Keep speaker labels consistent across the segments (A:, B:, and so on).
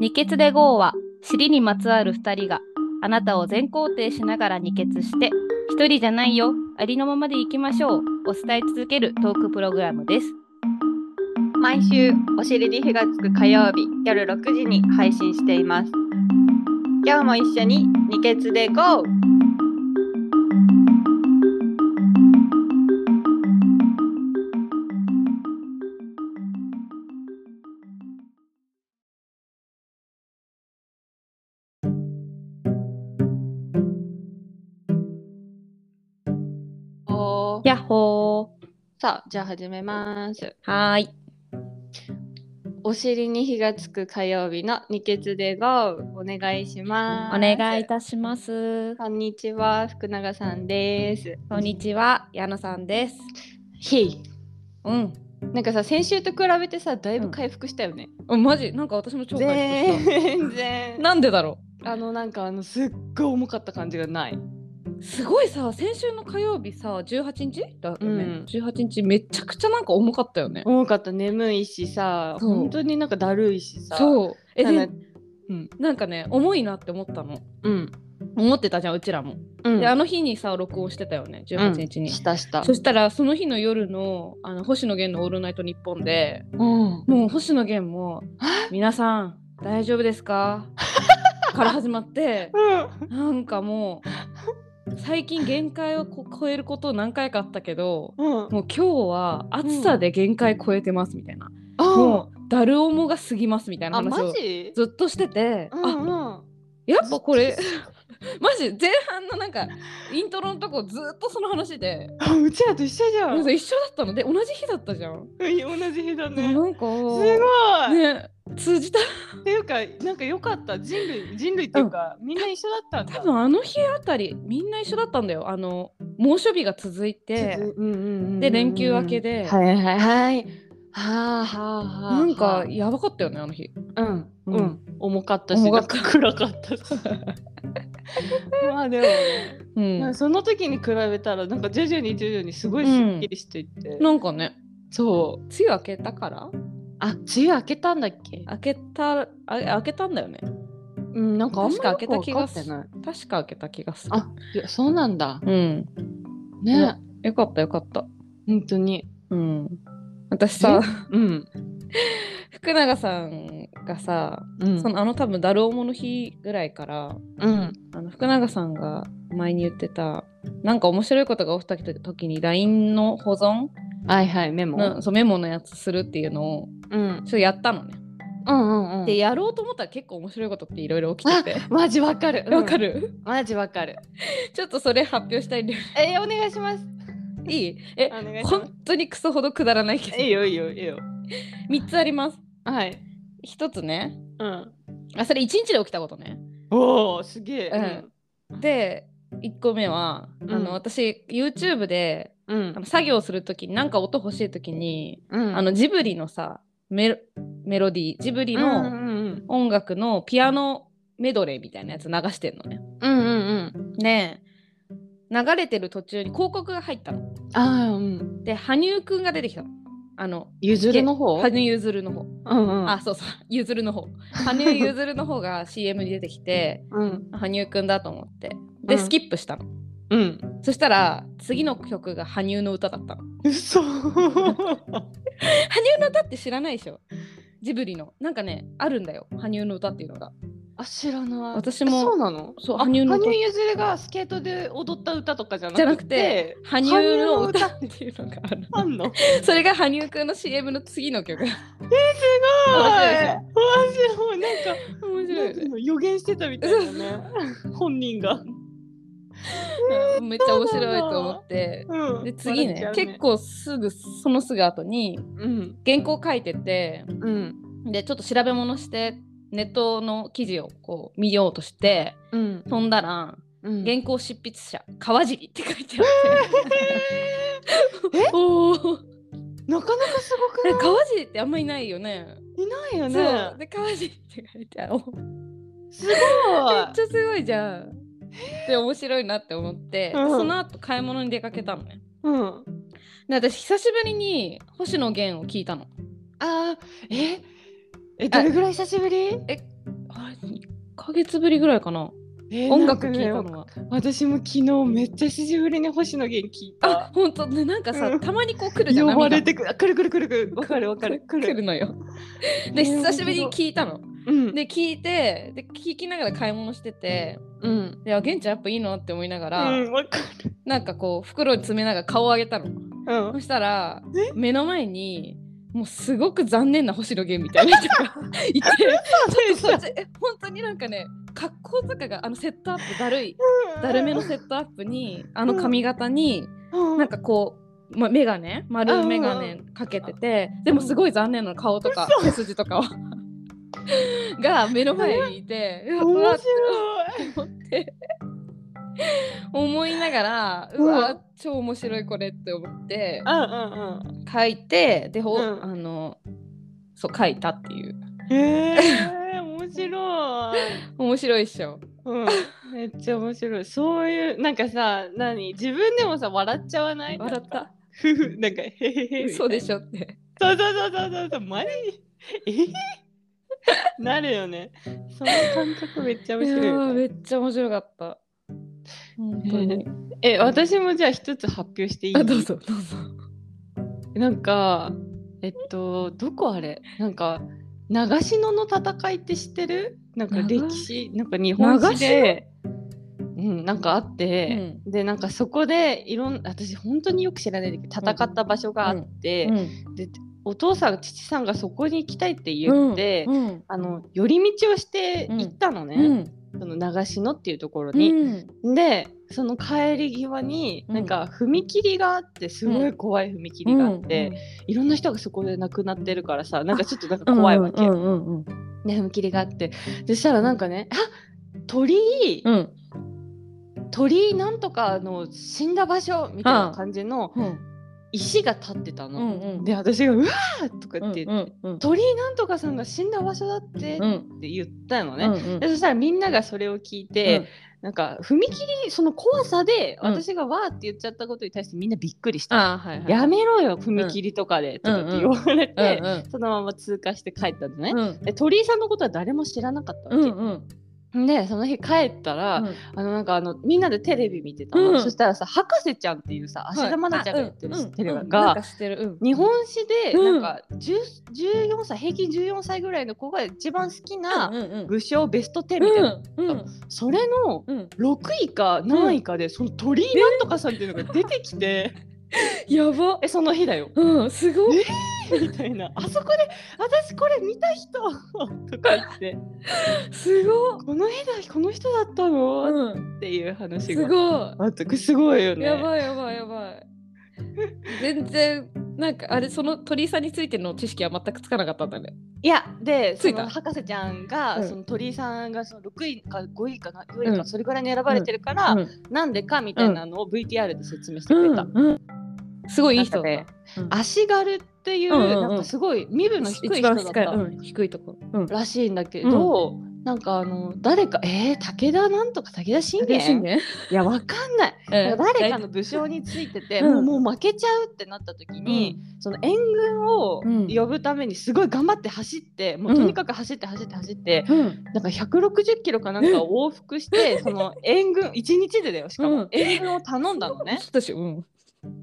A: 二血で GO は尻にまつわる2人があなたを全肯定しながら二血して一人じゃないよありのままでいきましょうを伝え続けるトークプログラムです
B: 毎週お尻に火がつく火曜日夜6時に配信しています今日も一緒に二血で GO! おー
A: やっほ
B: さあじゃあ始めます
A: ーはーい
B: お尻に火がつく火曜日の二血で GO! お願いします
A: お願いいたします
B: こんにちは福永さんです
A: こんにちは矢野さんです
B: ひい
A: うん
B: なんかさ先週と比べてさだいぶ回復したよね、
A: あマジなんか私も超回復し
B: 全
A: た
B: 然
A: なんでだろ
B: あのなんかあのすっごい重かった感じがないう
A: すごいさ先週の火曜日さ18日だよね、
B: うん
A: 18日めちゃくちゃなんか重かったよね
B: 重かった眠いしさ
A: そう
B: 本当になんかだるいしさう
A: そうえ
B: な
A: で
B: んか
A: なんかね重いなって思ったの
B: うん
A: 思ってたじゃんうちらも、
B: うん
A: であの日にさ録音してたよね18日に、
B: したした
A: そしたらその日の夜のあの星野源の「オールナイトニッポン」で
B: うん
A: もう星野源も「皆さん大丈夫です か? 」から始まってなんかもう最近限界をこ超えること何回かあったけど
B: うん
A: もう今日は暑さで限界超えてますみたいな、
B: あ
A: もうだる重が過ぎますみたいな
B: あ
A: 話
B: マ
A: を
B: ジ
A: ずっとしてて、
B: うん
A: あ
B: うん
A: やっぱこ れマジ前半のなんかイントロのとこずっとその話で
B: あうちらと一緒じゃん
A: なん
B: う
A: か
B: ん
A: 一緒だったので同じ日だったじゃん。
B: 同じ日だ
A: で
B: ね
A: もなんか
B: すごい
A: ね通じた
B: っていうかなんか良かった人類人類っていうかみんな一緒だったんだ
A: 多分あの日あたりみんな一緒だったんだよあの猛暑日が続いてで
B: で
A: 連休明けで
B: はいはいはいはあはあはあ
A: なんかやばかったよねあの日。
B: うん
A: うん
B: うん重かったし
A: 重かった
B: なん暗かったし まあでもね、
A: う
B: なん
A: ん
B: か、その時に比べたらなんか徐々に徐々にすごいすっきりしていって、
A: なんかね
B: そう
A: 梅雨明けたから
B: あ梅雨明けたんだっけ
A: 明けたあ明けたんだよね
B: うんなんかあんまよ
A: 確
B: く
A: か明けた気が
B: 分かってない
A: 確か明けた気がする。
B: あいやそうなんだ
A: うん
B: ね
A: よかったよかった。
B: 本当に
A: うん私さ
B: うん
A: 福永さんがさ、
B: うん
A: そのあの多分だるおもの日ぐらいから
B: うん
A: あの福永さんが前に言ってたなんか面白いことが起きた時に LINE の保存
B: はいはいメモ、
A: のそうメモのやつするっていうのを
B: うん
A: ちょっとやったのね。
B: うんうんうん
A: でやろうと思ったら結構面白いことっていろいろ起きてて。
B: マジわかる
A: わか、る、
B: うんマジわかる
A: ちょっとそれ発表したいんだよ
B: えー、お願いします
A: ね。 いいえ
B: お願いします
A: 本当にクソほどくだらないけど
B: いいよいいよいいよ
A: 3つあります。
B: はい
A: 1つね
B: うん
A: あそれ1日で起きたことね。
B: おおすげえ
A: で1個目は、あ
B: うん
A: の私 YouTube で
B: うん
A: あの作業するときになんか音欲しいときに、
B: うん
A: あのジブリのさメロメロディージブリ
B: う
A: の
B: んうん
A: 音楽のピアノメドレーみたいなやつ流してんのね。
B: うんうんうん
A: で流れてる途中に広告が入ったの。
B: ああうん
A: で羽生くんが出てきたの。あの
B: ゆずるの方
A: 羽生結弦の方、
B: うんうん
A: あそうそう結弦の 方羽生結弦の方が CM に出てきて
B: うん
A: 羽生くんだと思ってで、
B: うん
A: スキップしたの
B: うん
A: そしたら次の曲が羽生の歌だったの
B: 嘘
A: 羽生の歌って知らないでしょジブリのなんかねあるんだよ羽生の歌っていうのが
B: あ知らない
A: 私も
B: そうなの
A: そう
B: あ
A: 羽生
B: 羽
A: の
B: 生
A: 歌
B: 結弦がスケートで踊った歌とかじゃなくて
A: じゃなくて羽生の歌
B: 羽
A: っていうのがある
B: あんのえ
A: それが羽生くんの CM の次の曲面
B: すごい
A: 面
B: 面白いなんか
A: 白い
B: なん
A: よ
B: て
A: ね
B: いうの予言してたみたいなね 本人が。
A: うんめっちゃ面白いと思って
B: うん
A: で次ね
B: 笑っちゃう
A: 結構すぐそのすぐ後に
B: うん
A: 原稿書いてて
B: うん
A: でちょっと調べ物してネットの記事をこう見ようとして
B: うん
A: 飛んだら
B: うん
A: 原稿執筆者川尻って書いてあって、 おー
B: なかなかすごく
A: え川尻ってあんまりいないよね。
B: ないよ
A: そう
B: ね。
A: で川尻って書いてある。おめっ
B: すごい。
A: ちゃすごいじゃん。で面白いなって思って、で
B: うん
A: その後買い物に出かけたのね。
B: うん。
A: で私久しぶりに星野源を聞いたの。
B: あーええどれぐらい久しぶり？
A: えヶ月ぶりぐらいかな。
B: えー
A: 音楽聴い
B: な
A: た
B: んかね
A: のは。
B: 私も昨日めっちゃ久しぶりに星野源聞い
A: あ
B: た、
A: 本当ね、なんかさ、
B: うん
A: たまにこう来るじゃん。
B: 呼ばれ
A: 波
B: てくるあくるくるくるくるわ
A: が
B: かるわかるく
A: 来
B: る
A: るのよ。
B: え
A: で、
B: ー
A: 久しぶりに聞いたの。
B: うん
A: で、聞いて、で、聞きながら買い物してて、
B: うん
A: で、あ、げんちゃんやっぱいいのって思いなが
B: う
A: ら、
B: んわかる
A: なんかこう、袋に詰めながら顔を上げたの。
B: うん
A: そしたら目の前にもうすごく残念な星野源みたいな人が いてちょっ とそっちえ本当になんかね格好とかがあのセットアップだるいだるめのセットアップにあの髪型に
B: な
A: なんかこう、ま、眼鏡丸眼鏡かけててでもすごい残念な顔とか背筋とかは が目の前にいてうわうわ
B: 面
A: って
B: 白い
A: 思って思いながら
B: う
A: うんわ超面白いこれって思って
B: うんうん
A: 書いてでほ、
B: うん
A: あのそう書いたっていう
B: うんえー、面白い
A: 面白いっしょ
B: うん、めっちゃ面白いそういうなんかさ何自分でもさ笑っちゃわない
A: 笑った
B: ふふなんかへへへ
A: そうで
B: し
A: しょって
B: そうそうそうそうそうそうマジえへへなるよねその感覚めっちゃ
A: い
B: 面
A: や
B: 白い
A: ー
B: よね
A: めっちゃ面白かった本当に、
B: え私もじゃあ一つ発表していい
A: あどうぞどうぞ
B: なんかえっとどこあれなんか長篠の戦いって知ってるなんか
A: 長
B: 歴史なんか日本史で、うん、なんかあって、でなんかそこでいろん私本当によく知らないんだけど戦った場所があって、でお父さん父さんがそこに行きたいって言って、
A: うんうん
B: あの寄り道をして行ったの
A: う
B: ね、
A: ん
B: その長篠っていうところ
A: う
B: に。
A: ん
B: でその帰り際に、
A: うん
B: なんか踏切があってすごい怖い踏切があって、いろんな人がそこで亡くなってるからさなんかちょっとなんか
A: うん
B: 怖いわけ、
A: う
B: ね
A: んうんうん
B: 踏切があってそしたらなんかね「あ鳥居
A: うんうん
B: 鳥居なんとかの死んだ場所」みたいな感じの
A: うん
B: 石が立ってた
A: う
B: の。
A: んうん
B: で私が「うわー!」とか
A: う
B: 言
A: ん
B: って、
A: うんうん
B: 鳥居なんとかさんが死んだ場所だって」
A: う
B: っ
A: ん
B: て言ったの
A: う
B: ね。
A: んうん
B: でそしたらみんながそれを聞いて、なんか踏切その怖さで
A: うん
B: 私がわーって言っちゃったことに対してみんなびっくりした。
A: あーはいはい
B: やめろよ踏切とかで、とかって言われて、
A: うんうん
B: そのまま通過して帰ったのね。
A: うん
B: で鳥居さんのことは誰も知らなかった
A: うんう
B: わけ。
A: んうん
B: でその日帰ったら、あのなんかあのみんなでテレビ見てたの、
A: うん
B: そしたらさ博士ちゃんっていうさ芦田愛菜ちゃんがやってる知ってる
A: う
B: わ
A: ん
B: が、
A: なんか知ってるうん
B: 日本史でな
A: うんん
B: か、10 14歳平均14歳ぐらいの子が一番好きな
A: うんうんうん
B: 武将ベスト10みたいな、
A: うんうん
B: それの
A: うん
B: 6位か何位かで、その鳥居なんとかさんっていうのが出てきて、
A: やば
B: えその日だよ
A: うんすごい
B: みたいなあそこで私これ見た人 とか言って
A: すごい
B: この日だこの人だったの、
A: うん
B: っていう話
A: す
B: が
A: ご
B: あったこれすごいよ
A: い
B: ね。
A: やばいやばいやばい全然なんかあれその鳥居さんについての知識は全くつかなかったんだね
B: いやで
A: つ
B: そ
A: いた
B: の博士ちゃんが、
A: うん
B: その鳥居さんがその6位か5位かな4位か、
A: うん
B: それぐらいに選ばれてるから、
A: うん
B: なんでかみたいなのを VTR で説明してくれた。
A: すごいいい人だっ
B: なん
A: た
B: 足軽っていう、
A: うんうんうん
B: なんかすごい身分の低い
A: 一
B: 人
A: 番
B: だっ
A: 近い
B: た
A: うん低いとこうん
B: らしいんだけど、なんかあの誰かえー、武田なんとか武田信
A: 嬉しい
B: 玄
A: ね
B: いやわかんない
A: 誰
B: なんか誰かの武将についてて、
A: うん
B: もうもう負けちゃうってなった時に、その援軍を
A: うん
B: 呼ぶためにすごい頑張って走って、もうとにかく走って走って走って、
A: うん
B: なんか160キロかなんか往復して、 その援軍1日でだよしか
A: う
B: も
A: ん
B: 援軍を頼んだのね
A: 私うん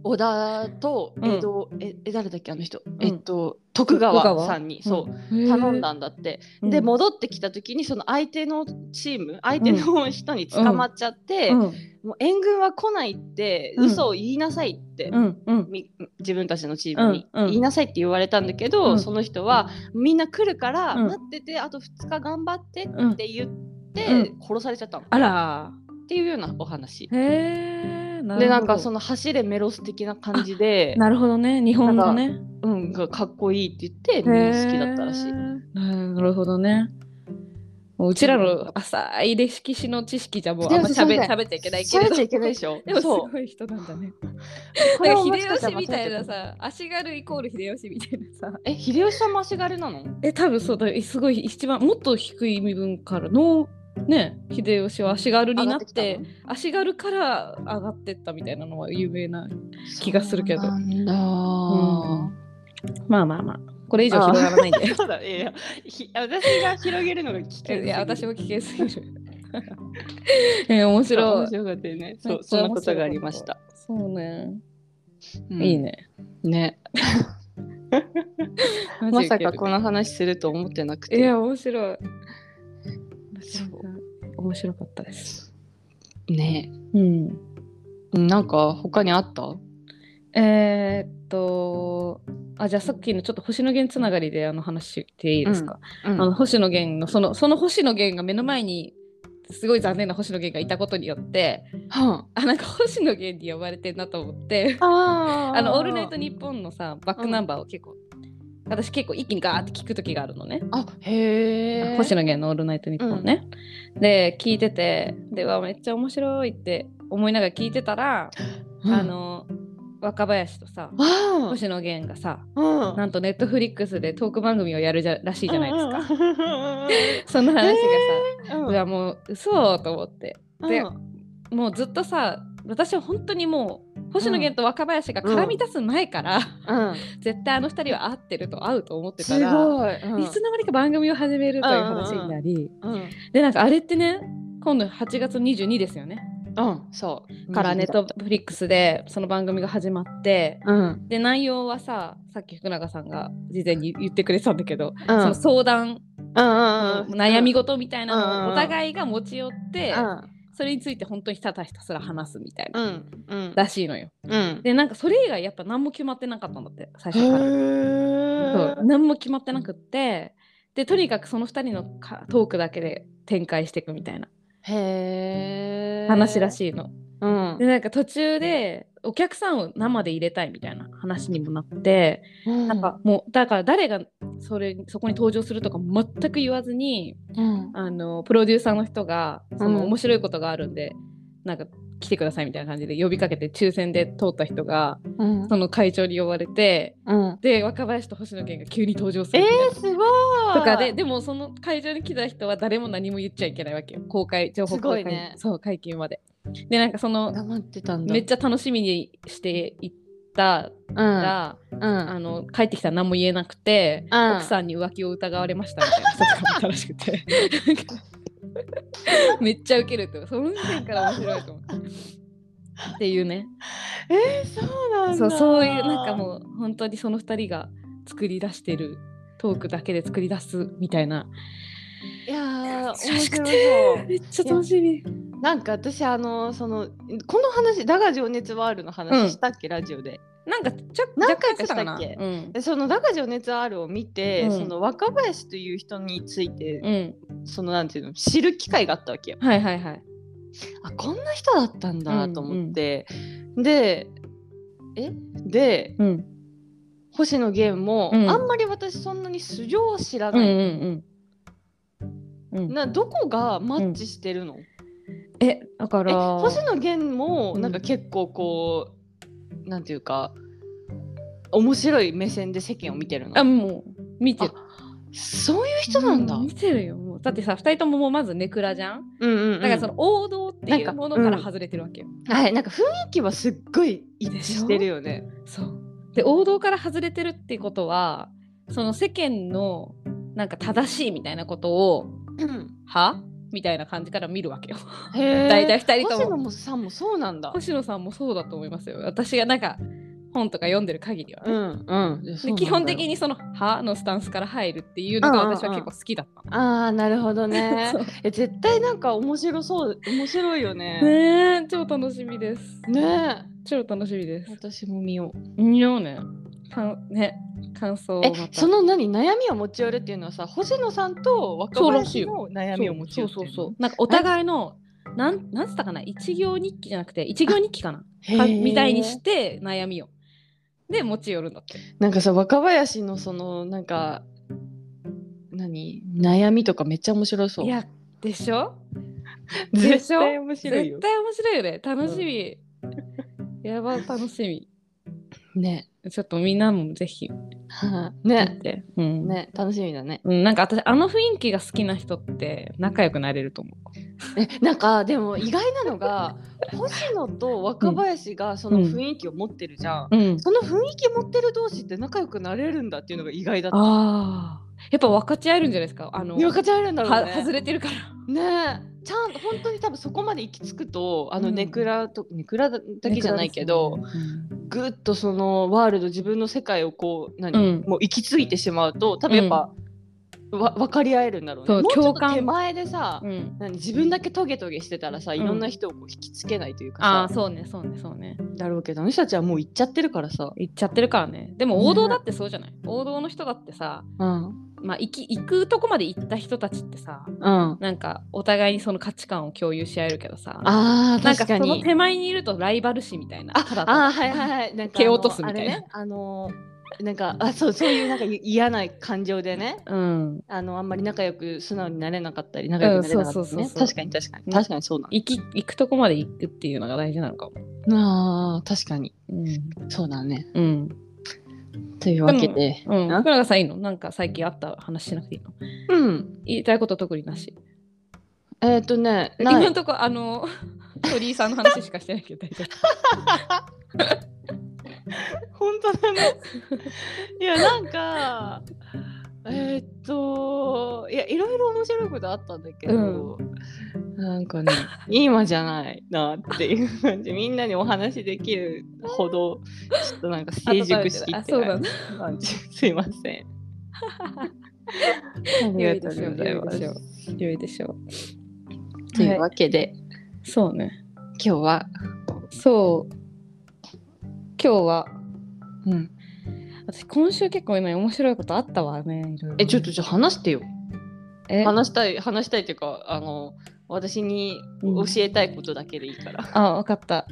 B: 織田と江戸、ええ誰だっけあの人、えっと徳
A: 徳
B: 川
A: 川
B: さんにそう、
A: う
B: 頼んだんだって、
A: うん
B: で戻ってきた時にその相手のチーム相手の人に捕まっちゃって、
A: うん
B: もう援軍は来ないって、
A: うん
B: 嘘を言いなさいって、
A: うんうん
B: み自分たちのチームに、
A: うんうん
B: 言いなさいって言われたんだけ
A: う
B: ど、
A: ん
B: その人はみんな来るから、
A: うん
B: 待っててあと2日頑張ってっ
A: うん
B: て言って、
A: うん
B: 殺されちゃったのっ
A: あら
B: ていうようなお話
A: ーへえ
B: でなんかそ
A: の
B: の走れメロス的な感じで、
A: なるほどね日本のね
B: うん、がかっこいいって言ってみんな好きだったらしい
A: へ。ーなるほどね。もううちらの浅い歴史の知識じゃもうあんましゃべ
B: でもそうだ
A: っ
B: よ
A: ちゃいけないけれ
B: 喋
A: ど。
B: っちゃいけないでしょ
A: でもす
B: そう
A: ごい人なんだね。
B: これ
A: なん
B: は
A: か
B: もしか
A: 秀
B: したら
A: 吉みたいな
B: 間違えて
A: さ、足軽イコール秀吉みたいなさ。
B: たえ秀吉さんも足軽なの
A: え、多分そうだよ。すごい一番もっと低い身分からの、ね、秀吉は足軽になって、
B: 上がき
A: 足軽から上がってったみたいなのは有名な。
B: たの
A: 気がするけど
B: そうなんだ、
A: まあまあまあ。これ以上広がらないんで。
B: そうだ、いやいやひ私が広げるのが危険すぎる
A: いや、私も危険すぎ る。え面白
B: 面
A: い。
B: 白かったよね。
A: め
B: そ
A: っ
B: う、
A: ち
B: そ
A: ゃ
B: んなことがありました。
A: そうね。
B: うん
A: いい。ね。
B: ね。まさかこ
A: の。
B: の話すると思ってなくて。
A: いや、面白い。
B: そう
A: 面白かったです。
B: ね
A: うん。
B: うんなんか他にあった
A: えーっとあじゃあさっきのちょっと星野源つながりであの話していいですか、
B: うん
A: あの星野源のそのその星野源が目の前にすごい残念な星野源がいたことによって
B: は
A: あなんか星野源に呼ばれてんなと思って
B: あ。あ
A: あ
B: ー
A: の「オールナイトニッポン」のさバックナンバーを結構、私結構一気にガーって聞く時があるのね、
B: あ、へえ。
A: 星野源の「オールナイトニッポンね」で聞いててでわめっちゃ面白いって思いながら聞いてたら、
B: うん
A: あ。の若林とさ
B: あ
A: 星野源がさ
B: あ。
A: なんとネットフリックスでトーク番組をやるじゃらしいじゃないですか。
B: で
A: その話がさ、
B: すか
A: うわもう嘘と思って、で
B: うん
A: もうずっとさ、私は本当にもう星野源と若林が絡み出す前から、
B: うん、
A: 絶対あの二人は会ってると会うと思ってた
B: す
A: ら、
B: ごい。うん
A: いつの間にか番組を始めるという話になり、
B: うん、
A: でなんかあれってね、今度8月22ですよね。
B: うん、そう。
A: からネットフリックスでその番組が始まって、
B: うん。うん、
A: で内容はさ、さっき福永さんが事前に言ってくれてたんだけど、
B: うん、
A: その相談
B: うん、うん、
A: 悩み事みたいな
B: うん
A: のをお互いが持ち寄って、
B: うん、
A: それについて本当にただひたすら話すみたいな、
B: うん、うん、
A: らしいのよ。
B: うん。
A: でなんかそれ以外やっぱ何も決まってなかったんだって最
B: へ
A: 初から。
B: ー
A: そう何も決まってなくってでとにかくその2人のかトークだけで展開していくみたいな
B: へー
A: 話らしいの。
B: うん。
A: でなんか途中でお客さんを生で入れたいみたいな話にもなって、
B: な
A: なん、かもうだから誰がそれそこに登場するとか全く言わずに
B: うん、
A: あのプロデューサーの人がその
B: うん
A: 面白いことがあるんで、なんか来てくださいみたいな感じで呼びかけて抽選で通った人が
B: うん
A: そ、の会長に呼ばれて
B: うん。
A: で若林と星野源が急に登場す
B: え
A: るみたいな
B: ー、すごい
A: とかで、でもその会場に来た人は誰も何も言っちゃいけないわけよ公開情報公開
B: すごいね
A: そう解禁まで。でなんかその
B: 黙ってたんだ。
A: めっちゃ楽しみにしていった
B: ゃ、
A: ら、
B: うん、うん
A: あの帰ってきたら何も言えなくて、
B: うん
A: 奥さんに浮気を疑われましたみたいな人とかもいたらしく てめっちゃウケるとその時点から面白いと思って。っていうね
B: えー、そうなん
A: そ
B: だ。
A: うそういうなんかもう本当にその2人が作り出してるトークだけで作り出すみたいな
B: う。いやー、面
A: 珍
B: 白
A: しく
B: そ
A: て
B: う。
A: めっちゃ楽しみ
B: なんか私あのそのこの話「だが情熱ワール」の
A: うん
B: 話したっけ、ラジオで
A: なんかちょ
B: 何
A: 若干
B: 回かしたっけ
A: なうん
B: でその「だが情熱ワール」を見て、
A: うん
B: その若林という人について、
A: うん
B: そのなんていうの知る機会があったわけよ
A: はいはいはい
B: あこんな人だったんだと思って、でえで
A: うん
B: 星野源も、
A: うん
B: あんまり私そんなに素性を知ら
A: うんう
B: ない、
A: んうんうん
B: などこがマッチしてるの、
A: えだか
B: え
A: ら
B: 星野源も
A: うん
B: なんか結構こう、なんていうか面白い目線で世間を見てるの
A: あもう見てる
B: そういう人なんだ、
A: う見てるよもうだってさ2人とももうまずネクラじゃん
B: うんうん
A: だ
B: うん
A: からその王道って
B: ないん
A: う
B: か
A: ものから外れてるわけよ、
B: はいなんか雰囲気はすっごい一致してるよね
A: そうで王道から外れてるってことはその世間のなんか正しいみたいなことを
B: うん
A: はみたいな感じから見るわけよ
B: へえ
A: 大体二人とも
B: 星野もさんもそうなんだ
A: 星野さんもそうだと思いますよ私がなんか本とか読んでる限りはね、
B: うんうん
A: で基本的
B: に
A: にその「は」のスタンスから入るっていうのが
B: うんうんうん
A: 私は結構好きだったの。
B: ああなるほど ね
A: そう
B: え絶対なんか面白そう面白いよね
A: ねえ超楽しみです。
B: ね
A: 超楽しみで
B: え
A: す。
B: 私も見よう
A: 見ようね。かんね感想をま
B: え
A: た
B: その何悩みを持ち寄るっていうのはさ星野さんと若
A: そうらしい
B: 林
A: よ
B: の悩みを持ち
A: そう
B: 寄って
A: そ
B: る
A: う
B: の
A: そう。なんかお互いのなんなんつったかな一行日記じゃなくて一行日記かな
B: へー
A: かみたいにして悩みを。で持ち寄るんだって。
B: なんかさ若林のそのなんか何悩みとかめっちゃ面白そう
A: いやでしょで
B: 絶
A: しょ
B: 対面白いよ
A: 絶対面白いよね。楽しみ。やば楽しみ。
B: ね、
A: ちょっとみんなもぜひ見
B: ね
A: て、うん
B: ね楽しみだね
A: うん、なんか私あの雰囲気が好きな人って仲良くなれると思
B: えなんかでも意外なのが星野と若林がその雰囲気を持ってるじゃん、
A: う。うん、
B: その雰囲気持ってる同士って仲良くなれるんだっていうのが意外だった
A: ああやっぱ分かち合えるんじゃないですかあの、
B: 分かち合えるんだろう
A: は
B: ね
A: 外れてるから。
B: ねえちゃん本当に多分そこまで行き着くとあの
A: うん
B: ネクラと、ネクラだけじゃないけど、
A: うん
B: ぐっとそのワールド自分の世界をこう何、
A: うん
B: もう行き着いてしまうと多分やっぱ、わ分かり合えるんだろうね。
A: そう
B: もうちょっ
A: 共
B: と
A: 感
B: 手前でさ、
A: うん、
B: 何自分だけトゲトゲしてたらさいろんな人をこう引きつけないというか
A: ああ
B: さ、
A: そうねそうねそうね。
B: だろうけどあの人たちはもう行っちゃってるからさ、
A: 行っちゃってるからね。でも王道だってそうじゃない、王道の人だってさ、
B: うん
A: まあ、行き行くとこまで行った人たちってさ
B: うん、あ
A: なんかお互いにその価値観を共有し合えるけどさ
B: あー
A: なん
B: 確
A: か
B: か
A: その
B: に。
A: 手前にいるとライバル視みたいな。
B: あ
A: ただただ
B: あーはいはいはいなん かあの
A: 蹴落とすみたいな
B: あれねあのーなんかあそうそういうなんか嫌な感情でね
A: うん、
B: あのあんまり仲良く素直になれなかったり仲良くなれなかった
A: うん
B: り
A: そうそう
B: ね
A: そうそう
B: 確かに確か
A: う
B: に
A: ん
B: 確かにそうな
A: 行き行くとこまで行くっていうのが大事なのかも。
B: のあー確かに
A: うん
B: そうだね
A: うん
B: というわけで
A: うん、
B: あ
A: 福永さんいいのなんか最近あった話しなくていいの
B: うん
A: 言いたいこと特になし。
B: えっ、とねな
A: 今
B: い
A: んとこあの鳥居さんの話しかしてないけど大丈夫。
B: 本当 だねいやなんかえーっといやいろいろ面白いことあったんだけど、なん かね今じゃないなっていう感じみんなにお話できるほどちょっとなんか成熟しき
A: あ
B: って
A: そう
B: な
A: だ
B: い
A: ね。
B: 感じ すいませんあ
A: 良
B: り
A: いで
B: がと
A: しょ
B: う
A: う
B: ございます
A: 良いでしょう良いでしょ
B: というわけで、
A: う。そうね。
B: 今日は、
A: そう。今日は
B: うん、
A: 私今週結構ね面白いことあったわね。いろいろ
B: えちょっとじゃあ話してよ
A: え
B: 話したい話したいっていうかあの私に教えたいことだけでいいから、
A: あ分かった。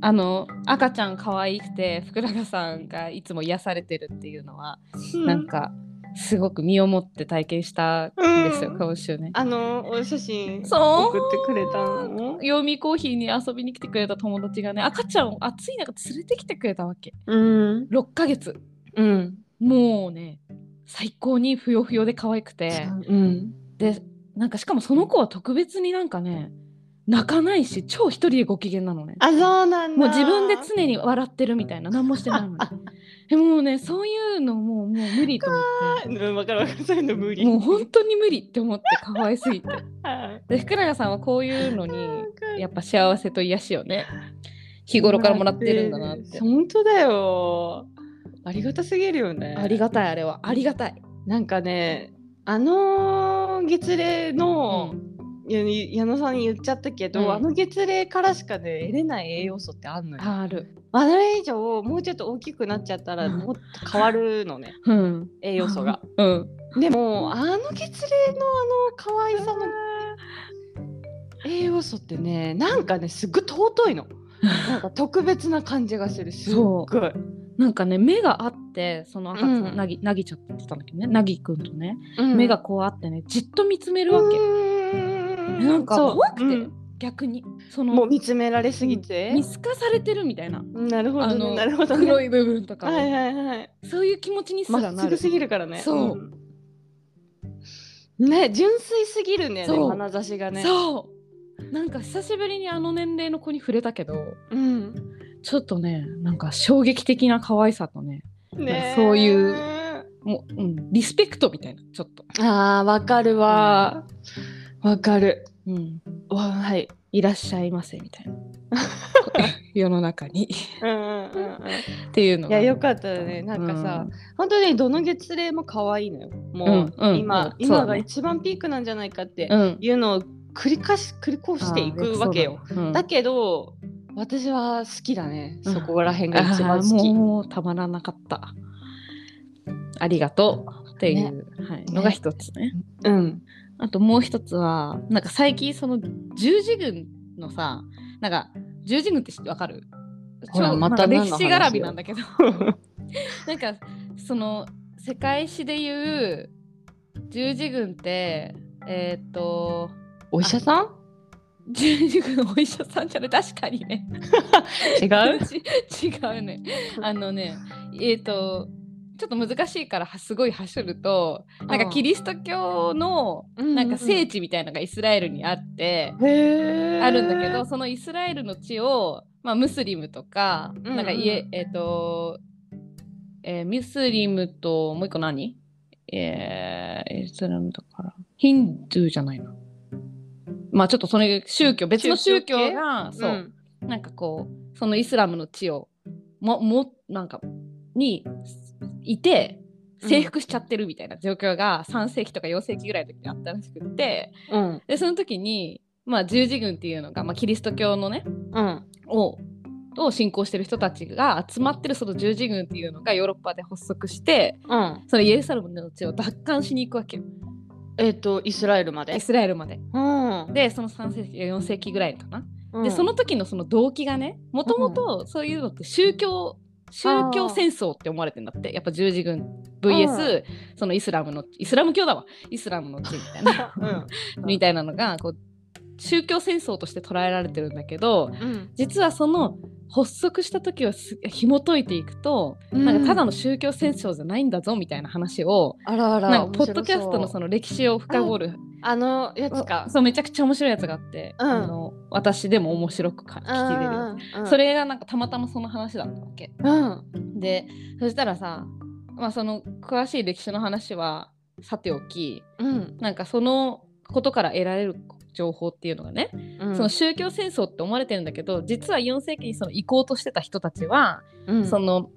A: あの赤ちゃん可愛くて福永さんがいつも癒されてるっていうのは、なんかすごく身をもって体験したんですよ、
B: うん
A: 今週ね。
B: あのお写真
A: そう
B: 送ってくれたの
A: 読みコーヒーに遊びに来てくれた友達がね赤ちゃんを暑い中連れてきてくれたわけ
B: うん
A: 6ヶ月
B: うん
A: もうね最高にふよふよで可愛くて
B: うん
A: でなんかしかもその子は特別になんかね泣かないし超一人でご機嫌なのね
B: あそうなん
A: も
B: だ
A: う自分で常に笑ってるみたいな何もしてないの にえもうねそういうのもうもう無理と思っ
B: うんわかるわかるそういうの無
A: て
B: 理
A: もう本当に無理って思って可愛すぎて
B: はい
A: で福永さんはこういうのに
B: わかる
A: やっぱ幸せと癒しをね日頃からもらってるんだなって
B: 本当だよありがたすぎるよね
A: ありがたいあれはありがたい。
B: なんかねあの月齢の、や矢野さんに言っちゃったけど、
A: うん
B: あの月齢からしかね得れない栄養素ってあんのよ。
A: ある。
B: あれ以上もうちょっと大きくなっちゃったら
A: うん
B: もっと変わるのね
A: うん。
B: 栄養 素が。
A: うん。
B: でもあの月齢のあの可愛さの 栄養素ってねなんかねすっごい尊いの。なんか特別な感じ がするすっごい。
A: なんかね目があってその赤ちゃん、
B: うん
A: なぎなぎちゃんって言ってたんだけどねなぎくんとね、
B: うん
A: 目がこうあってねじっと見つめ
B: う
A: るわけ、
B: ーん
A: なんか
B: そう
A: 怖くて
B: うん
A: 逆にそ
B: もう
A: の
B: 見つめられすぎて
A: 見。透かされてるみたいな
B: なるほ
A: あ
B: ど
A: の
B: ねなるほど
A: 黒
B: ね。
A: い部分とかを、
B: はいはいはい。
A: そういう気持ちにす
B: ま
A: ら
B: っ
A: な
B: す
A: る
B: ぐすぎるからね。。
A: そうん
B: ね、純粋すぎるんだよね、
A: そう
B: 眼差しがね。
A: そうなんか久しぶりにあの年齢の子に触れたけど
B: うん。
A: ちょっとねなんか衝撃的な可愛さとね
B: ね。
A: そういう。もう、うん、リスペクトみたいなちょっと、
B: ああ、わかるわ。わかる。
A: うん、
B: わはい。
A: いらっしゃいませみたいな 世の中に
B: うんうんうんうん。
A: っていうの
B: い
A: が
B: や、よかったよね。なんかさ、本当にどの月齢も可愛いのよ。もう、
A: うんうん
B: 今、
A: うんそうだね
B: 今が一番ピークなんじゃないかって
A: うん、うん、
B: いうのを繰り返し、繰り越していくわけよ。
A: あー。そうだねうん
B: だけど私は好きだね、
A: うん
B: そこら辺が一
A: あ
B: 番
A: ー
B: 好き。
A: もうたまらなかった。ありがとうっていう、はい、のが一つね。
B: うん、
A: あともう一つはなんか最近その十字軍のさなんか十字軍って知ってわかる
B: ほら
A: 超
B: また
A: なん
B: 何
A: か
B: の
A: 歴史
B: 話よ
A: 絡みなんだけど なんかその世界史でいう十字軍ってえーっと
B: お医者さん
A: 十字軍のお医者さんじゃない確かにね
B: 違う
A: 違うねあのねえっ、とちょっと難しいからはすごい走ると なんかキリスト教の
B: うん
A: なんか聖地みたいなのがイスラエルにあって、
B: へー
A: あるんだけどそのイスラエルの地を、まあ、ムスリムとか、
B: うん
A: なんかいええっ、と、えームスリムともう一個何えー、イスラムだからヒンドゥーじゃないなまあちょっとそれ宗教別の宗教がそう、
B: ん
A: なんかこうそのイスラムの地をももなんかにいて
B: うん
A: 征服しちゃってるみたいな状況が3世紀とか4世紀ぐらいの時にあったらしくって
B: うん
A: でその時に、まあ、十字軍っていうのが、まあ、キリスト教のね
B: うん
A: をを信仰してる人たちが集まってるその十字軍っていうのがヨーロッパで発足して
B: うん
A: そのイエルサレムの地を奪還しに行くわけよ
B: えっ、とイスラエルまで
A: イスラエルまで。
B: うん
A: でその3世紀4世紀ぐらいかな。
B: うん
A: でその時のその動機がねもともとそういうのって宗教宗教戦争って思われてんだってやっぱ十字軍 VS そのイスラムのイスラム教だわイスラムの地みたい な
B: うん
A: みたいなのがこう宗教戦争として捉えられてるんだけど
B: うん
A: 実はその発足した時をす紐解いていくと、 なんかただの宗教戦争じゃないんだぞみたいな話を、
B: あらあら
A: なんかポッドキャストの
B: 面白そう
A: その歴史を深掘る
B: あのやつか
A: そうめちゃくちゃ面白いやつがあって、
B: うん
A: あの私でも面白くか聞き入れるやつ
B: うんうん
A: それがなんかたまたまその話だったわけ。
B: うん
A: でそしたらさ、まあ、その詳しい歴史の話はさておき
B: うん
A: なんかそのことから得られる情報っていうのがね、
B: うん
A: その宗教戦争って思われてるんだけど実は4世紀にその行こうとしてた人たちは、
B: うん
A: その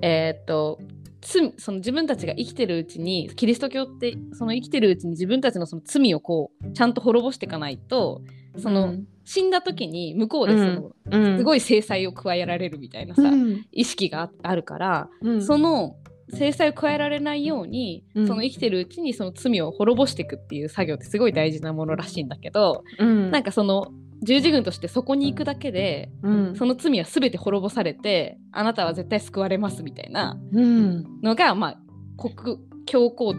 A: えーっと罪その自分たちが生きてるうちにキリスト教ってその生きてるうちに自分たちのその罪をこうちゃんと滅ぼしていかないとその、
B: うん
A: 死んだ時に向こうでその、
B: うん
A: すごい制裁を加えられるみたいなさ、
B: うん
A: 意識がああるから、
B: うん
A: その制裁を加えられないように、
B: うん
A: その生きてるうちにその罪を滅ぼしていくっていう作業ってすごい大事なものらしいんだけど、
B: うん
A: なんかその十字軍としてそこに行くだけで、
B: うん
A: その罪は全て滅ぼされてあなたは絶対救われますみたいな
B: うん
A: のが、まあ、国教皇、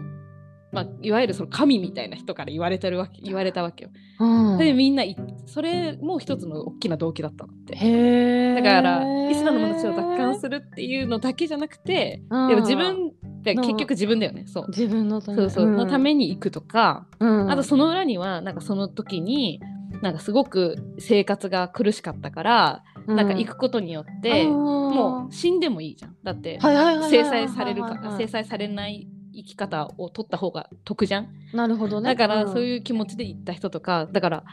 A: まあ、いわゆるその神みたいな人から言われてるわけ言われたわけよ。
B: うん
A: でみんないそれも一つの大きな動機だったんだって。
B: へえ
A: だからイスラムの地を奪還するっていうのだけじゃなくて、
B: うん
A: でも自分で
B: うん
A: 結局自分だよねそう
B: 自分のため
A: そうそう、
B: ん
A: のために行くとか、
B: うん
A: あとその裏にはなんかその時になんかすごく生活が苦しかったから、なんか行くことによって、も
B: も
A: う死んでもいいじゃんだって
B: はいはいはいはい
A: 制裁される
B: はいはい
A: か
B: はい
A: 制裁されない生き方を取った方が得じゃん
B: なるほど
A: だ
B: ね
A: からそう
B: う
A: いう気持ちで行った人とかだから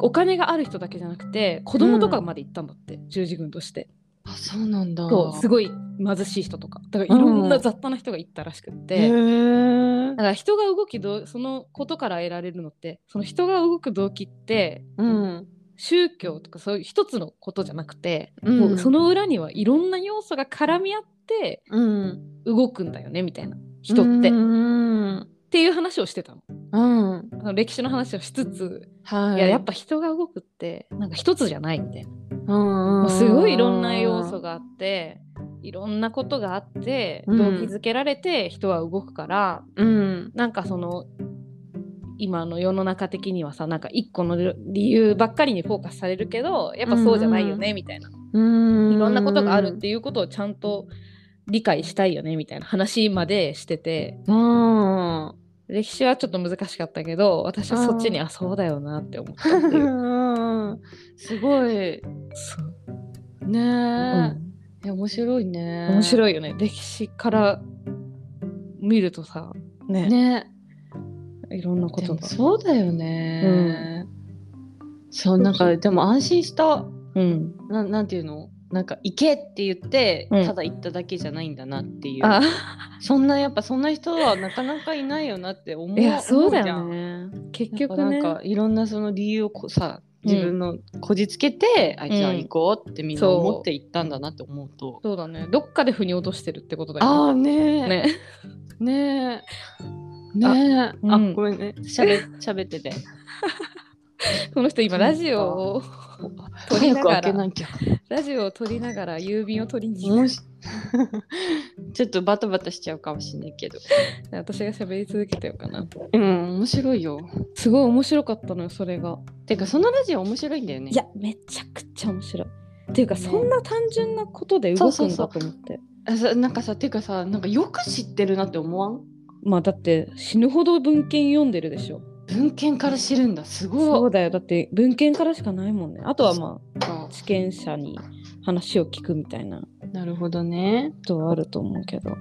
A: お金がある人だけじゃなくて子供とかまで行ったんだって、十字軍として
B: んあそうなんだ
A: そうす
B: ご
A: ごい貧しい人とかだからいろん
B: う
A: なん雑多な人が行ったらしくっ
B: へ
A: て、だ
B: え
A: から人が動きどそのことから得られるのってその人が動く動機って、
B: うん
A: 宗教とかそういう一つのことじゃなくて、
B: うん
A: もうその裏にはいろんな要素が絡み合って
B: うん
A: 動くんだよねみたいな人って、っ
B: うん
A: ていう話をしてたの
B: うん
A: その歴史の話をしつつ、
B: はい
A: いややっぱ人が動くってなんか一つじゃないみたいな。
B: うん
A: もうすごいいろんな要素があっていろんなことがあって
B: うん
A: 動機づけられて人は動くから、
B: うん
A: なんかその今の世の中的にはさなんか一個の理由ばっかりにフォーカスされるけどやっぱそうじゃないよねみたいな、
B: うん
A: いろんなことがあるっていうことをちゃんと理解したいよねみたいな話までしてて
B: うん
A: 歴史はちょっと難しかったけど私はそっちにあそうだよなって思ったっていう。
B: うんすごい
A: そうう
B: ね
A: ん
B: えいや面白いね
A: 面
B: い
A: 白いよね歴史から見るとさね
B: ね
A: いろんなこ
B: で
A: と
B: も
A: が
B: そうだよね、そうなんかでも安心した
A: うん
B: ななんていうのなんか行けって言って、
A: うん
B: ただ行っただけじゃないんだなっていう
A: あ
B: そんなやっぱそんな人はなかなかいないよなって思う
A: いやそうだ
B: 思じゃ
A: よ
B: ん
A: ね結
B: やっぱ
A: 局ね
B: なんかいろんなその理由をこうさ自分のこじつけて、あじゃあ行こうってみんな
A: そう
B: 思って行ったんだなって思うと、
A: そうだねどっかで腑に落としてるってことだよ
B: ああねえ
A: ねね
B: ねえねえ
A: あ
B: あ
A: うん
B: ごめんねしゃべしゃべってて
A: この人今
B: そうか
A: ラジオを取り
B: 早
A: な
B: く
A: が
B: 開け
A: ら
B: なきゃ
A: ラジオを取りながら郵便を取りに行っ
B: もし ちょっとバタバタしちゃうかもしれないけど
A: て私が喋り続けてようかな
B: うん面白いよ
A: すごい面白かったのよそれが
B: てかそのラジオ面白いんだよね
A: いやめちゃくちゃ面白いっていうかそんな単純なことで動くんだと思って
B: あさなんかさてかさなんかよく知ってるなって思わん
A: まあだって死ぬほど文献読んでるでしょ
B: 文献から知るんだす
A: そ
B: ご
A: う
B: い
A: だよだって文献からしかないもんねあとはま
B: そ
A: あ知見者に話を聞くみたいなこ
B: うなるほどね
A: とはあると思うけど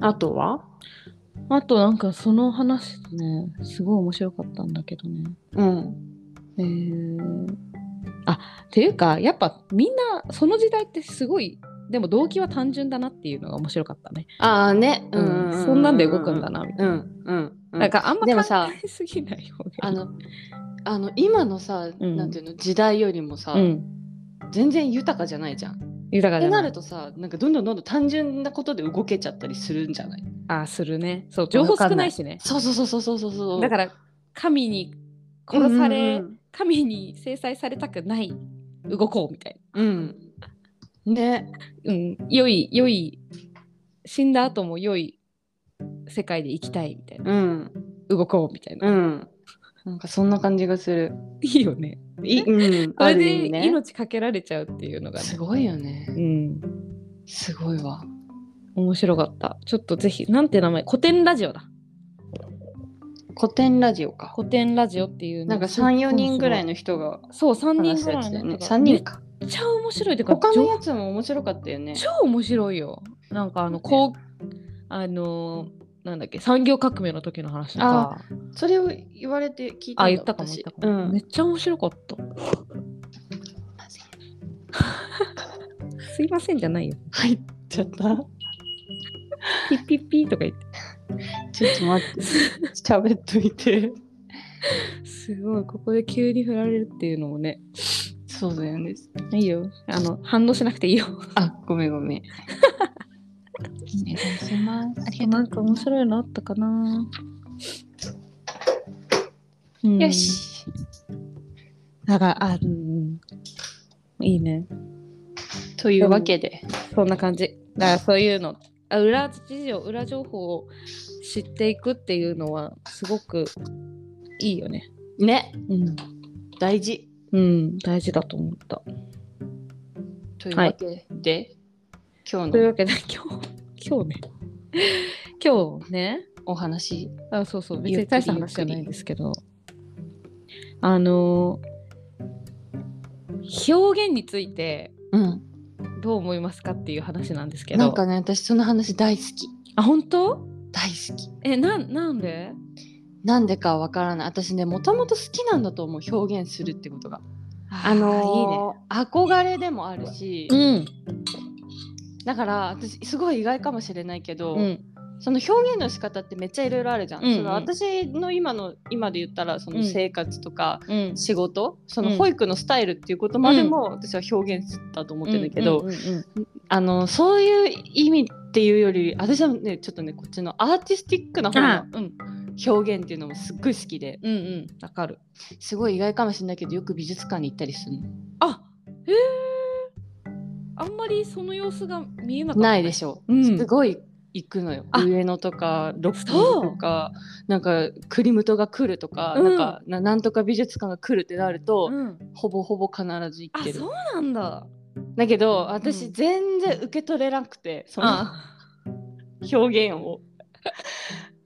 B: あとは
A: あとなんかその話ねすごい面白かったんだけどね
B: うん
A: えー、あっていうかやっぱみんなその時代ってすごいでも動機は単純だなっていうのが面白かったね、
B: ああね
A: う
B: うんん
A: そんなんで動くんだなみた
B: う
A: い
B: ん
A: な、
B: うんうん
A: なんかあんま
B: でも
A: 考
B: さ
A: えすぎない方が
B: あのあの今のさ、
A: うん
B: なんていうの時代よりもさ、
A: うん
B: 全然豊かじゃないじゃん。っ
A: 豊かじ
B: て
A: ゃ
B: な
A: な
B: る
A: い
B: とさなんかどんどんどんどん単純なことで動けちゃったりするんじゃない
A: あするねそう情報少ないしね
B: そうそうそうそうそうそうそう
A: だ
B: ら
A: から神に殺され、
B: うん
A: 神に制裁されたくない動こうみたい
B: うんうん、うんね
A: な、うん、良い良い死んだ後も良い世界で生きたいみたいな
B: うん
A: 動こうみたいな、
B: うんなんかそんな感じがする。
A: いいよね
B: いうん、
A: そ
B: あ
A: れ
B: る意味
A: で
B: ね。
A: 命かけられちゃうっていうのがね
B: すごいよね。
A: うん
B: すごいわ。
A: 面白かったちょっとぜひなんて名前古典ラジオだ
B: 古典ラジオか。
A: 古典ラジオっていうね
B: なんか3、4人ぐらいの人が
A: そう3人
B: 話
A: ぐ
B: したや
A: らい
B: つだよ
A: の
B: ね。
A: 人が
B: 3人か。
A: めっちゃ面白いというか
B: 他のやつも面白かったよね。
A: 超面白いよなんかあのこうあのなんだっけ産業革命の時の話とか
B: それを言われて聞いたんだ
A: あ言ったかも言っ
B: 私
A: たかも、
B: うん
A: めっちゃ面白かったすいませんじゃないよ
B: 入っちゃった。
A: ピッピッピーとか言って
B: ちょっと待 って。喋っといて。
A: すごいここで急に振られるっていうのもね
B: そうだよね。
A: いいよあの反応しなくていいよ
B: あ、ごめんごめ ん。お願いします。ありがと
A: なんか面白いのあったかな、うん
B: う。よし。
A: だからあうんいいね
B: というわけで。
A: そんな感じ。だからそういうの、あ裏事情、裏情報を知っていくっていうのはすごくいいよね。
B: ね、
A: うん、
B: 大事。
A: うん、大事だと思った。
B: というわけで、今日
A: という
B: の
A: わけで、今日、今日ね、今日ね、
B: お話。
A: あそうそう、別
B: ゆっ
A: に
B: くり
A: 大した話じゃないんですけど、あのー表現について
B: うん。
A: どう思いますかっていう話なんですけど、
B: なんかね、私その話大好き。
A: あ、本当
B: 大好き。
A: え、なんなんで
B: なんでかわからない。私ね、もともと好きなんだと思う。表現するってことが。あのー憧れでもあるし、
A: ーいいね。
B: だから私すごい意外かもしれないけど、
A: うん、うん、
B: その表現の仕方ってめっちゃいろいろあるじゃん。
A: うんうん
B: その私の今の今で言ったらその生活とか
A: うん。
B: 仕事、そうの
A: ん
B: 保育のスタイルっていうことまでも私は表現だと思ってるんだけど、
A: うんうんうんうん
B: あのそういう意味っていうより私はねちょっとねこっちのアーティスティックな方
A: あ
B: の
A: うん
B: 表現っていうのもすっごい好きで
A: うんうんわかる
B: すごい意外かもしれないけどよく美術館に行ったりするの
A: あへえあんまりその様子が見えなかった
B: ないでしょう、
A: うん
B: すごい行くのよ
A: あ
B: 上野とか六
A: そう
B: 本木とかなんかクリムトが来るとか,、
A: うん
B: なんかななんとか美術館が来るってなると、
A: うん、
B: ほぼほぼ必ず行
A: あ
B: ってる
A: そうなんだ
B: だけど
A: う
B: 私
A: ん
B: 全然受け取れなくてその
A: あ
B: 表現を。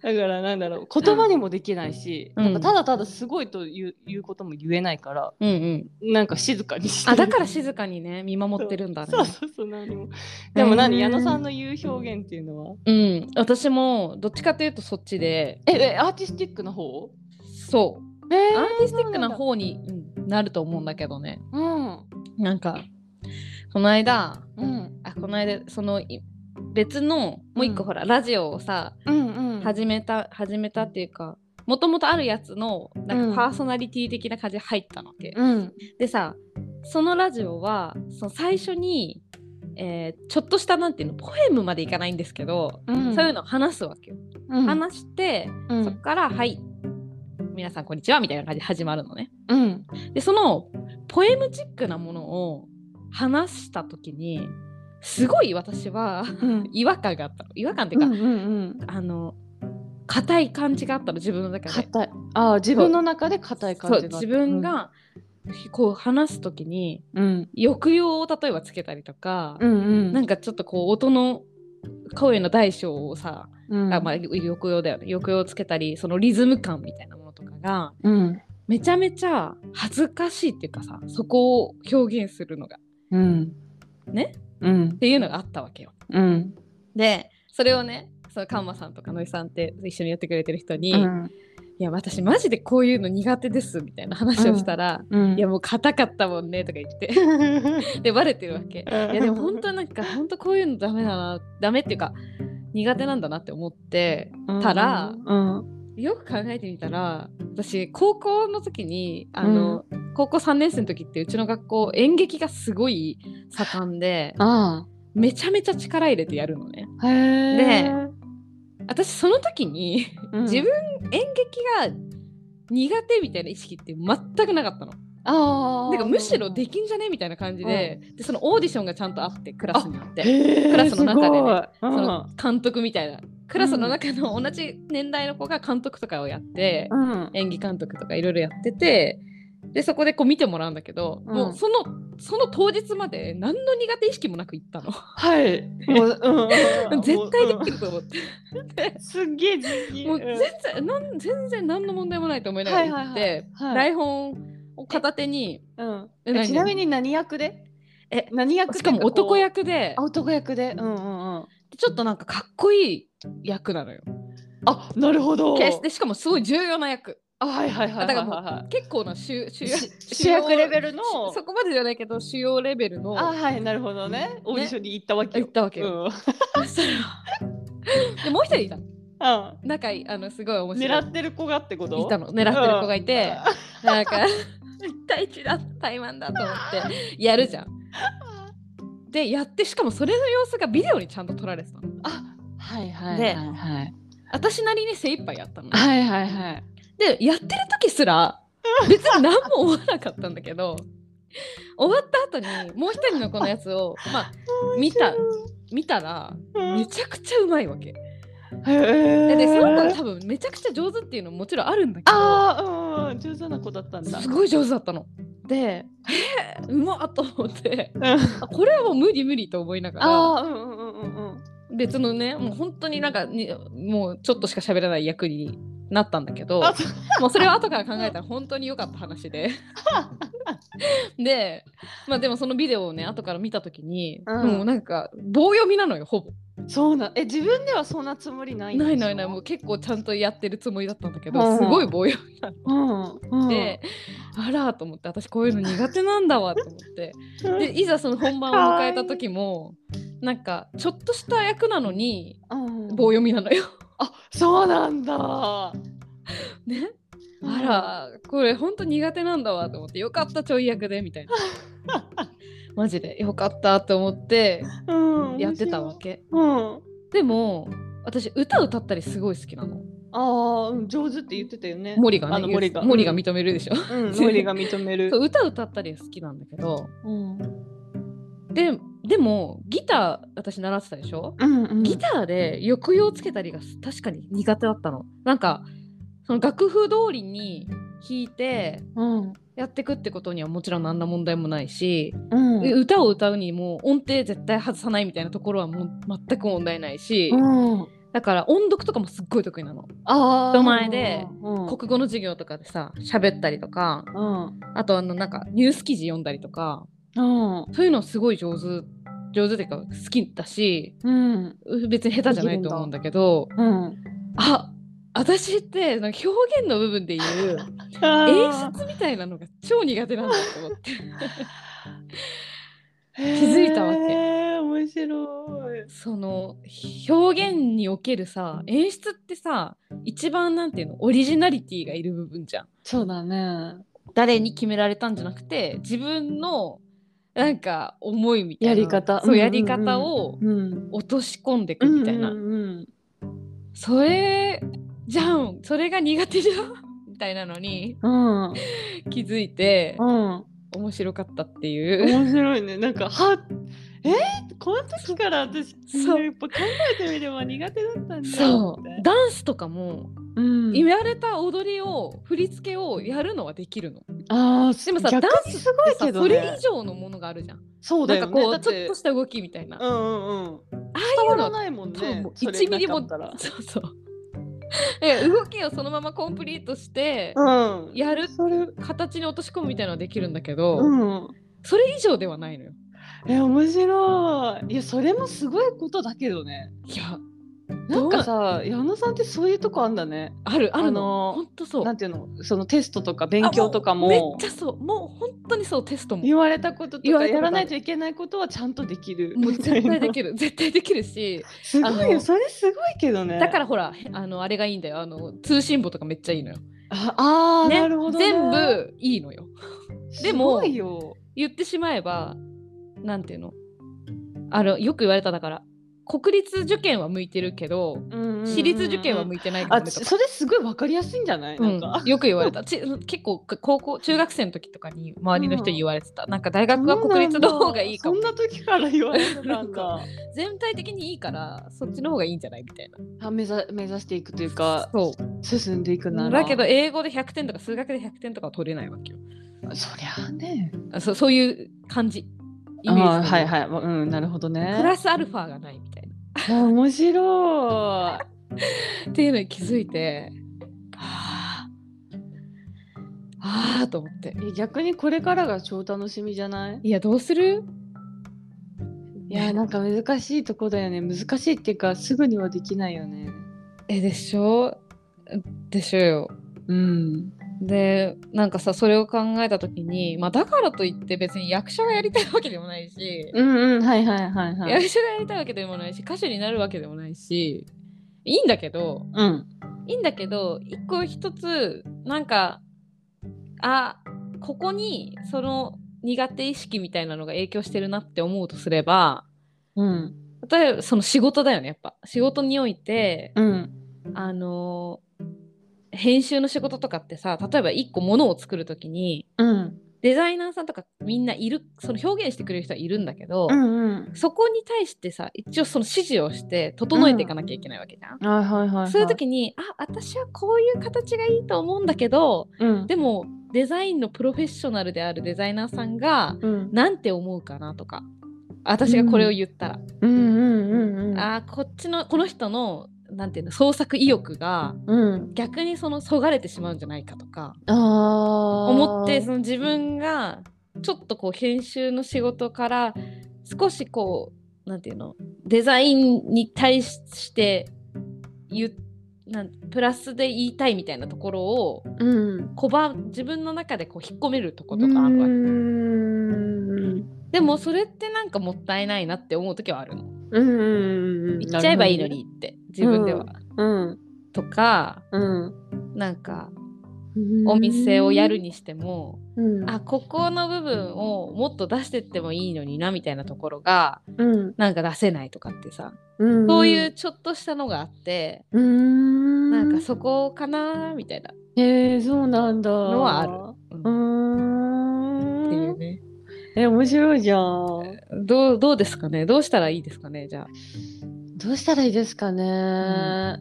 B: だからなんだろう言葉にもできないし、
A: うん
B: なんかただただすごいといういうことも言えないから
A: うんうん
B: なんか静かにして
A: あ
B: る
A: だから静かにね見守ってるんだね
B: そうそうそう何もでも何、
A: へー
B: 矢野さんの言う表現っていうのは
A: うん私もどっちかというとそっちで
B: ええアーティスティックな方
A: そう
B: えー
A: アーティスティックな
B: そ
A: 方にうんなると思うんだけどね
B: うなんだ
A: なんかこの間
B: うんうん
A: あこの間そのい別のもう一個
B: うん
A: ほら、ラジオをさ
B: うんうん
A: 始めた始めたっていうかもともとあるやつのなん
B: うん
A: かパーソナリティ的な感じで入ったのけ、
B: うん
A: でさそのラジオはその最初に、えーちょっとしたなんていうのポエムまでいかないんですけど、
B: うん
A: そういうのを話すわけよ、
B: うん
A: 話して、
B: うん
A: そっから「はい皆さんこんにちは」みたいな感じで始まるのね
B: うん
A: でそのポエムチックなものを話した時にすごい私は
B: うん
A: 違和感があったの違和感っていう
B: う
A: か、
B: んうん
A: あの硬い感じがあったの自分の中で
B: 硬いあー自分の中で硬い感
A: そう
B: じが
A: 自分がこう話す時に
B: うん
A: 抑揚を例えばつけたりとか、
B: うんうん
A: なんかちょっとこう音の声の大小をさ、
B: うん
A: あまあ抑揚だよね抑揚をつけたりそのリズム感みたいなものとかが
B: うん
A: めちゃめちゃ恥ずかしいっていうかさそこを表現するのがっ
B: うん
A: ね
B: うん
A: ていうのがあったわけよ。
B: うん
A: でそれをねそのカンマさんとかのいさんって一緒にやってくれてる人に「
B: うん
A: いや私マジでこういうの苦手です」みたいな話をしたら「
B: うん
A: いやもう硬かったもんね」とか言って でバレてるわけ。いやでも本当なんか本当こういうのダメだなダメっていうか苦手なんだなって思ってたら
B: うんうん
A: よく考えてみたら私高校の時にあの、高校3年生の時ってうちの学校演劇がすごい盛んで
B: あ
A: めちゃめちゃ力入れてやるのね。
B: あへえ
A: で私その時に、
B: うん
A: 自分演劇が苦手みたいな意識って全くなかったの。
B: ああ
A: なんかむしろできんじゃねみたいな感じで,、でそのオーディションがちゃんとあってクラスにあって。
B: ク
A: クラスの中でね
B: う
A: そ
B: ん
A: の監督みたいなクラスの中の同じ年代の子が監督とかをやって、
B: うん
A: 演技監督とかいろいろやっててでそこでこう見てもらうんだけど、
B: うん
A: もうそのその当日まで何の苦手意識もなく行った
B: はいもううん
A: の絶対で
B: もう
A: きると思って、
B: うんすっげえ自信
A: もう全然なん全然何の問題もないと思いながら行って、
B: はいはいはいはい
A: 台本を片手に
B: うん
A: え
B: え
A: 何
B: ちなみに何役で
A: え
B: 何役ってい
A: し
B: うか
A: かも男
B: こ
A: 役で
B: うあ男役でうんうんうん
A: ちょっとなんかかっこいい役なのよ
B: あなるほど
A: 決してしかもすごい重要な役
B: あはいはいはいはい
A: だから
B: はい
A: もう
B: は
A: 結構な主主
B: い
A: 役
B: し主役レベルの
A: そこまでじゃないけど主要レベルの
B: あはいなるほどねオーディションに行ったわけよ
A: 行ったわけ
B: う
A: よ。
B: ん
A: そしたらでもう一人いたの
B: あ
A: 仲いいあのすごい面白
B: 狙
A: い
B: ってる子がってこと
A: いたの狙ってる子がいて、なんか一対一だ対マンだと思ってやるじゃん。でやってしかもそれの様子がビデオにちゃんと撮られてたの。
B: あはいはいは
A: で
B: いはい
A: 私なりに精一杯やったのね。
B: はいはいはい
A: でやってる時すら別に何も思わなかったんだけど終わった後にもう一人の子のやつをまあ見た見たら
B: うん
A: めちゃくちゃうまいわけ。
B: へえ
A: ででその子は多分めちゃくちゃ上手っていうのももちろんあるんだけど
B: ああうん上手な子だったんだ
A: すごい上手だったの。でえー、うまっと思って
B: うん
A: あこれはもう無理無理と思いながら
B: ああうんうんうんうんうん
A: 別のねもう本当になんかにもうちょっとしか喋らない役になったんだけど
B: あそう
A: もうそれは後から考えたら本当に良かった話ででまあでもそのビデオをね後から見た時に、
B: うん
A: もうなんか棒読みなのよほぼ
B: そうなえ自分ではそんなつもりないんでし
A: な
B: ょ
A: いないないもう結構ちゃんとやってるつもりだったんだけ
B: う
A: ど
B: ん
A: すごい棒読み
B: うんうん
A: で、あらと思って私こういうの苦手なんだわと思って
B: うん
A: でいざその本番を迎えた時もなんかちょっとした役なのに
B: うん
A: 棒読みなのよ。
B: あそうなんだ
A: ねあらこれほんと苦手なんだわと思ってよかったちょい役でみたいな マジでよかったと思って
B: うん
A: やってたわけ
B: うん
A: でも私歌歌ったりすごい好きなの
B: ああうん上手って言ってたよね
A: 森がね
B: あの森が
A: 言うが認めるでしょ、
B: うん森が認める
A: そう歌歌ったりは好きなんだけど
B: うん
A: ででもギター私習ってたでしょ、
B: うんうん
A: ギターで抑揚つけたりが確かに苦手だったの。なんかその楽譜通りに弾いて
B: うん
A: やってくってことにはもちろん何ら問題もないし、
B: うん
A: で歌を歌うにも音程絶対外さないみたいなところはもう全く問題ないし、
B: うん
A: だから音読とかもすっごい得意なの。
B: ああ
A: 人前で
B: うん
A: 国語の授業とかでさ喋ったりとか
B: うん
A: あとあのなんかニュース記事読んだりとか
B: うん
A: そういうのすごい上手上手っていうか好きだし
B: うん
A: 別に下手じゃないと思うんだけど。
B: うん
A: あ私ってなんか表現の部分で言う演出みたいなのが超苦手なんだと思って
B: 気
A: づいたわけ
B: 面白い
A: その表現におけるさ演出ってさ一番なんていうのオリジナリティがいる部分じゃん
B: そうだね
A: 誰に決められたんじゃなくて自分のなんか思いみたいな
B: やり方
A: そう
B: うんうんうん
A: やり方を
B: うん
A: 落とし込んでいくみたいな、
B: うんうん
A: それじゃんそれが苦手じゃんみたいなのに
B: うんうん
A: 気づいて
B: うん
A: 面白かったっていう
B: 面白いねなんかはえーこの時から私
A: そう
B: やっぱ考えてみれば苦手だったんだ
A: そう
B: って
A: ダンスとかも
B: うん
A: 言われた踊りを振り付けをやるのはできるの。
B: あー
A: でもさ
B: 逆
A: ダ
B: に
A: ンスって
B: すごいけ
A: そ
B: ど、ね、
A: れ以上のものがあるじゃん。
B: そうだ
A: なん
B: よ
A: か
B: ね
A: こ
B: だ
A: う
B: っ
A: ちょってとした動きみたいな。
B: うんうんうん
A: あ
B: 伝わ
A: の
B: らないもん
A: 多分
B: ね
A: もう
B: それ
A: 1ミリ
B: な
A: も
B: かったら
A: そうそう。え動きをそのままコンプリートして
B: うん
A: やる
B: それ
A: 形に落とし込むみたいなのはできるんだけど、
B: うん
A: それ以上ではないのよ。
B: え面白いいやそれもすごいことだけどね
A: いや
B: なんかさ矢野さんってそういうとこあんだね
A: あるある
B: あの
A: の。
B: ー
A: ほんとそう。
B: なんていうのそのテストとか勉強とか
A: あう
B: も
A: めっちゃそうもう本当にそうテストも
B: 言われたことと
A: 言わ
B: か
A: れたこと
B: や
A: あ
B: ら
A: る
B: ないといけないことはちゃんとできる
A: もう
B: みた
A: 絶
B: いな
A: 対できる絶対できるし
B: すごい
A: あ
B: よ
A: の
B: それすごいけどね
A: だからほらへあのあれがいいんだよあの通信簿とかめっちゃいいのよ、
B: ああー、
A: ね
B: なるほどね、
A: 全部いいのよ
B: す
A: でも
B: ごいよ
A: 言ってしまえばなんていうのあのよく言われただから国立受験は向いてるけど私立受験は向いてないから
B: あ
A: ねと
B: ち
A: か
B: それすごいわかりやすいんじゃない、なんか
A: うん、よく言われたち結構か高校中学生の時とかに周りの人に言われてた、なんか大学は国立の方がいいかも
B: そんな時から言われて たんだ
A: 全体的にいいからそっちの方がいいんじゃないみたいな
B: あ目指目指していくというか
A: そう
B: 進んでいくなら
A: だけど英語で100点とか数学で100点とかは取れないわけよ
B: そりゃあね
A: あそそういう感じイ
B: あ
A: メー
B: あ
A: ジ
B: はいはいわうんなるほど
A: プラ
B: ね
A: スアルファがないみたいな
B: あ面白い
A: っていうのに気づいてあーあーと思って
B: え逆にこれからが超楽しみじゃない
A: いやどうする
B: いやなんか難しいとこだよね難しいっていうかすぐにはできないよね
A: えでしょでしょよ
B: うん
A: でなんかさそれを考えた時に、まあ、だからといって別に役者がやりたいわけでもないし、
B: うんうんはいはいはいはい
A: 役者がやりたいわけでもないし歌手になるわけでもないしいいんだけど、
B: うん
A: いいんだけど一個一つなんかあここにその苦手意識みたいなのが影響してるなって思うとすれば
B: うん
A: 例えばその仕事だよねやっぱ仕事において、
B: うん
A: あの編集の仕事とかってさ例えば一個ものを作る時に
B: うん
A: デザイナーさんとかみんないるその表現してくれる人はいるんだけど、
B: うん
A: そこに対してさ一応その指示をして整えていかなきゃいけないわけじゃん
B: うんはいはいはいはい
A: そういう時に、あ私はこういう形がいいと思うんだけど
B: うん
A: でもデザインのプロフェッショナルであるデザイナーさんが
B: うん
A: なんて思うかなとか私がこれを言ったら、
B: うんうんうんうん
A: あーこっちのこの人のなんていうの創作意欲が
B: うん
A: 逆にそのそがれてしまうんじゃないかとか
B: ああ
A: 思ってその自分がちょっとこう編集の仕事から少しこうなんていうのデザインに対して言うなんプラスで言いたいみたいなところを
B: うん
A: 拒自分の中でこう引っ込めるとことかあるわけ
B: うん
A: でもそれってなんかもったいないなって思う時はあるの
B: うんうんうん
A: 言っちゃえばいいのにって自分では、
B: うん
A: とか
B: うん
A: なんかお店をやるにしても、
B: うん
A: あここの部分をもっと出してってもいいのになみたいなところが
B: うん
A: なんか出せないとかってさ、
B: うん
A: そういうちょっとしたのがあって、
B: うん
A: なんかそこかなみたいな
B: へえそうなんだ
A: のはある
B: う
A: ってい
B: ー
A: うんね、
B: え面白いじゃん
A: どうどうですかねどうしたらいいですかねじゃあ
B: どうしたらいいですかね、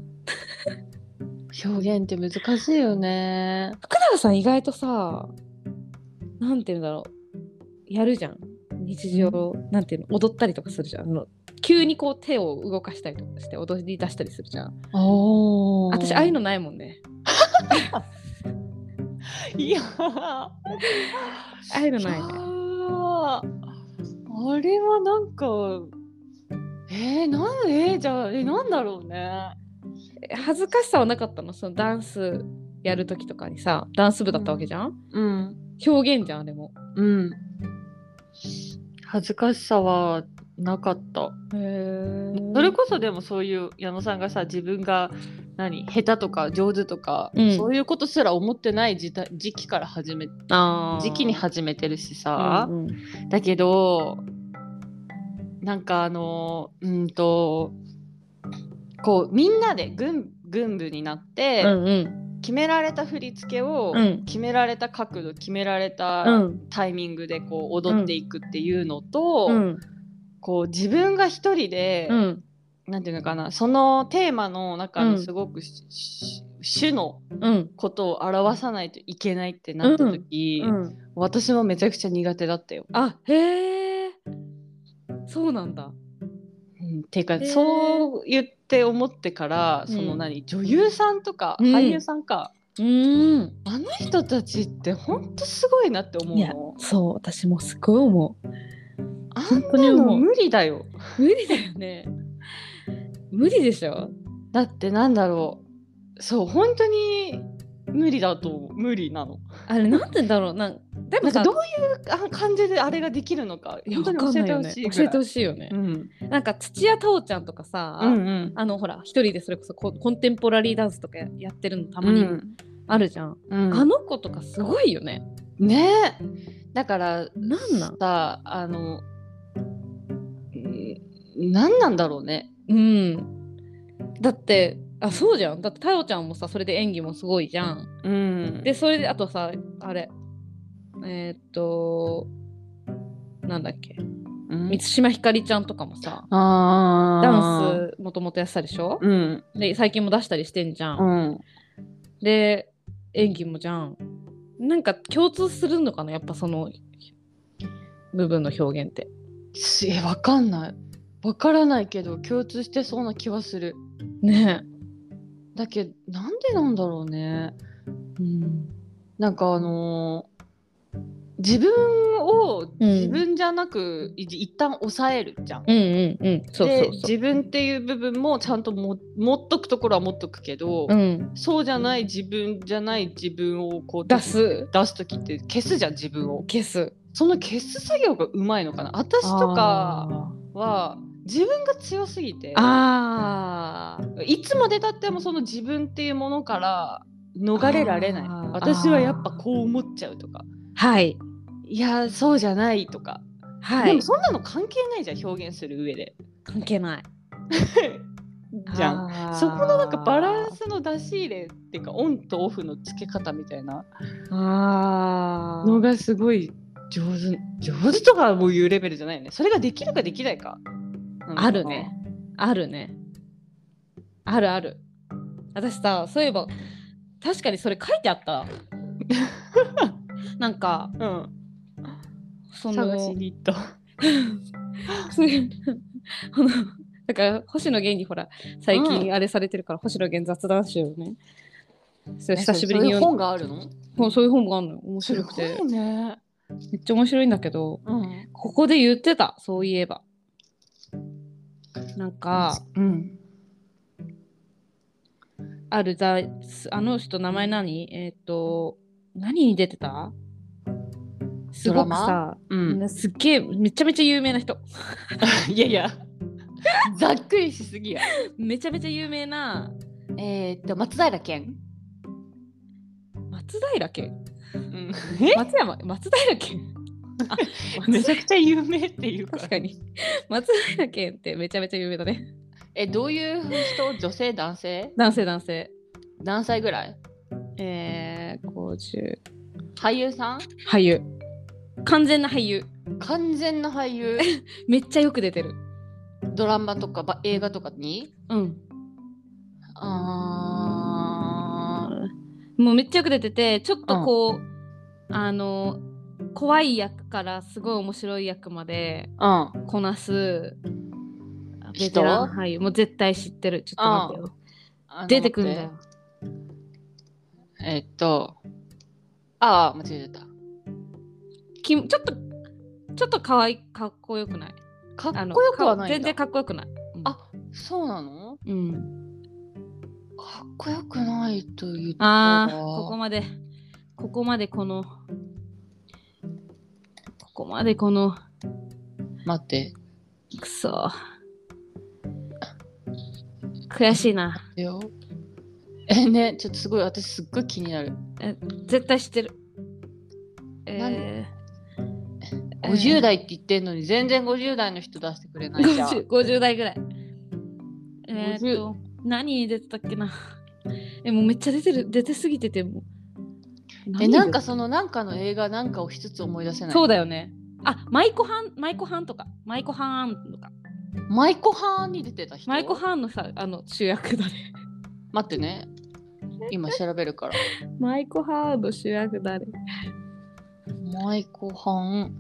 B: 表現って難しいよね
A: 福永さん意外とさなんて言うんだろうやるじゃん日常なんていうの踊ったりとかするじゃんあの急にこう手を動かしたりとかして踊り出したりするじゃん
B: おー
A: 私ああいうのないもんね
B: いや
A: ああいうのない
B: いや
A: ね
B: ーあれはなんかえー、なんえーじゃあえーなんだろうね
A: え恥ずかしさはなかったのそのダンスやる時とかにさダンス部だったわけじゃん、
B: うん
A: 表現じゃんあれも
B: うん恥ずかしさはなかった
A: へえ
B: それこそでもそういう矢野さんがさ自分が何下手とか上手とか、
A: うん
B: そういうことすら思ってない時代時期から始め
A: あ
B: 時期に
A: は
B: 始めてるし
A: あ
B: さ、
A: うんうん
B: だけどなんかあのうんとこうみんなで軍軍部になって、
A: うん
B: 決められた振り付けを、
A: うん
B: 決められた角度決められ
A: う
B: た
A: ん
B: タイミングでこう踊っていくっていうのと、
A: うん
B: こう自分が一人で、
A: うん
B: なんていうのかなそのテーマの中
A: う
B: の
A: ん
B: すごくし、し種の
A: うん
B: ことを表さないといけないってなった時、
A: うん、
B: 私はめちゃくちゃ苦手だったよ。
A: あへえそうなんだ
B: うん、ていうか、
A: へー
B: そう言って思ってからその
A: うん
B: 何、女優さんとか
A: うん
B: 俳優さんか、
A: うーん
B: あの人たちってほんとすごいなって思う
A: いや
B: の。
A: そう私もすごい思う
B: あん
A: 本当に
B: なの
A: 思う
B: 無理だよ。
A: 無理だよね無理でしょ
B: だってなんだろうそう本当に無理だと思う無理なの。
A: あれなんて言うんだろうなんで
B: な
A: も
B: んか
A: さ
B: どういうあ感じであれができるのか
A: いや
B: 本当に
A: わかん
B: 教
A: な
B: え
A: い
B: て
A: よ
B: ほ
A: ね
B: しいぐらい。
A: 教えてほしいよね
B: う、ん
A: なんか土屋太鳳ちゃんとかさ、
B: うんうん
A: あのほら一人でそれこそココンテンポラリーダンスとかややってるのた
B: う
A: まに
B: ん
A: あるじゃん、
B: うん
A: あの子とかすごいよね
B: ねえだから
A: なんなん
B: さあのうん何なんだろうね
A: うんだってあそうじゃんだって太鳳ちゃんもさそれで演技もすごいじゃん
B: うん
A: でそれであとさあれえー、っとなんだっけ
B: うん
A: 満島ひかりちゃんとかもさ
B: あ
A: ダ
B: ー
A: ンスもともとやってたでしょ
B: うん
A: で最近も出したりしてんじゃ、
B: うんん
A: で演技もじゃんなんか共通するのかなやっぱその部分の表現って
B: すえわかんないわからないけど共通してそうな気はする
A: ね
B: だけどなんでなんだろうね
A: え、うん、
B: なんかあのー自分を
A: うん
B: 自分じゃなく、い一旦抑えるじゃん。
A: うんうんうんそうそ
B: で
A: うそう
B: 自分っていう部分もちゃんとも持っとくところは持っとくけど、
A: うん
B: そうじゃない自分じゃない自分をこう
A: 出す
B: 出す時って消すじゃん自分を
A: 消す
B: その消す作業がうまいのかな私とかは自分が強すぎて
A: あー
B: いつまでたってもその自分っていうものから逃れられない
A: あー
B: 私はやっぱこう思っちゃうとか
A: はい
B: いやそうじゃないとか、
A: はい
B: でもそんなの関係ないじゃん表現する上で
A: 関係ない
B: じゃん
A: ん
B: そこのなんかバランスの出し入れっていうかオンとオフの付け方みたいな
A: あー
B: のがすごい上手上手とかもいうレベルじゃないよねそれができるかできないか
A: あるねあるねあるある私さそういえば確かにそれ書いてあった なんか
B: うん
A: そ
B: 探し
A: の
B: に行った
A: そういう あのだから星野源にほら最
B: う
A: 近あれされてるから、星野源雑談集をねそう久しぶりに
B: えそう
A: 読
B: そういう本
A: ん
B: があるの
A: そうそういう本があるのよ面白くて
B: すごいね、
A: めっちゃ面白いんだけど
B: うん
A: ここで言ってたそういえばなんか
B: うん、
A: あるざあの人名前何えっ、と何に出てたすご
B: ドラ
A: く
B: マ
A: さ、
B: うん、
A: すっげえめちゃめちゃ有名な人
B: いやいやざっくりしすぎや
A: めちゃめちゃ有名な
B: えーっと松平健、
A: 松平健
B: うん、 え
A: 松山松平 健あ
B: めちゃくちゃ有名っていうか
A: 確かに松平健ってめちゃめちゃ有名だね
B: えどういう人女性男性
A: 男性男性
B: 何歳ぐらい
A: えー、50
B: 俳優さん
A: 俳優完全な俳優
B: 完全な俳優
A: めっちゃよく出てる
B: ドラマとかば映画とかに
A: うん
B: あ
A: もうめっちゃよく出ててちょっとこう、あの怖い役からすごい面白い役まで
B: ー
A: こなす
B: 人
A: ベテラン俳優もう絶対知ってるちょっと待ってよ
B: うん
A: 出てくんだよ
B: あの待ってえーっとああ間違えちゃっ
A: きちょっとちょっと可愛いかっこよくない
B: たか
A: あ
B: っ
A: の
B: こよくはないんだ
A: 全然かっこよくない、うん
B: あそうなの
A: うん、
B: かっこよくないと言ったら
A: あーここまでここまでこのここまでこの
B: 待って
A: くそ悔しいな
B: よえねちょっとすごい私すっごい気になる、
A: 絶対知ってる。
B: なん
A: えー
B: 50代って言ってんのに全然50代の人出してくれないじゃん
A: 50 50代ぐらい。えー、っと、何に出てたっけな。え、もうめっちゃ出てる、出てすぎててもう。
B: えなんか
A: 何
B: そのなんかの映画なんかを一つ思い出せ
A: 出
B: な
A: て
B: い
A: そうだよね。あ、マイコハン、マイコハンとか、マイコハンとか、
B: マイコハーンに出てた人
A: マイコハンのさ、あの主役だね。
B: 待ってね今調べるから。
A: マイコハード主役誰
B: マイコハン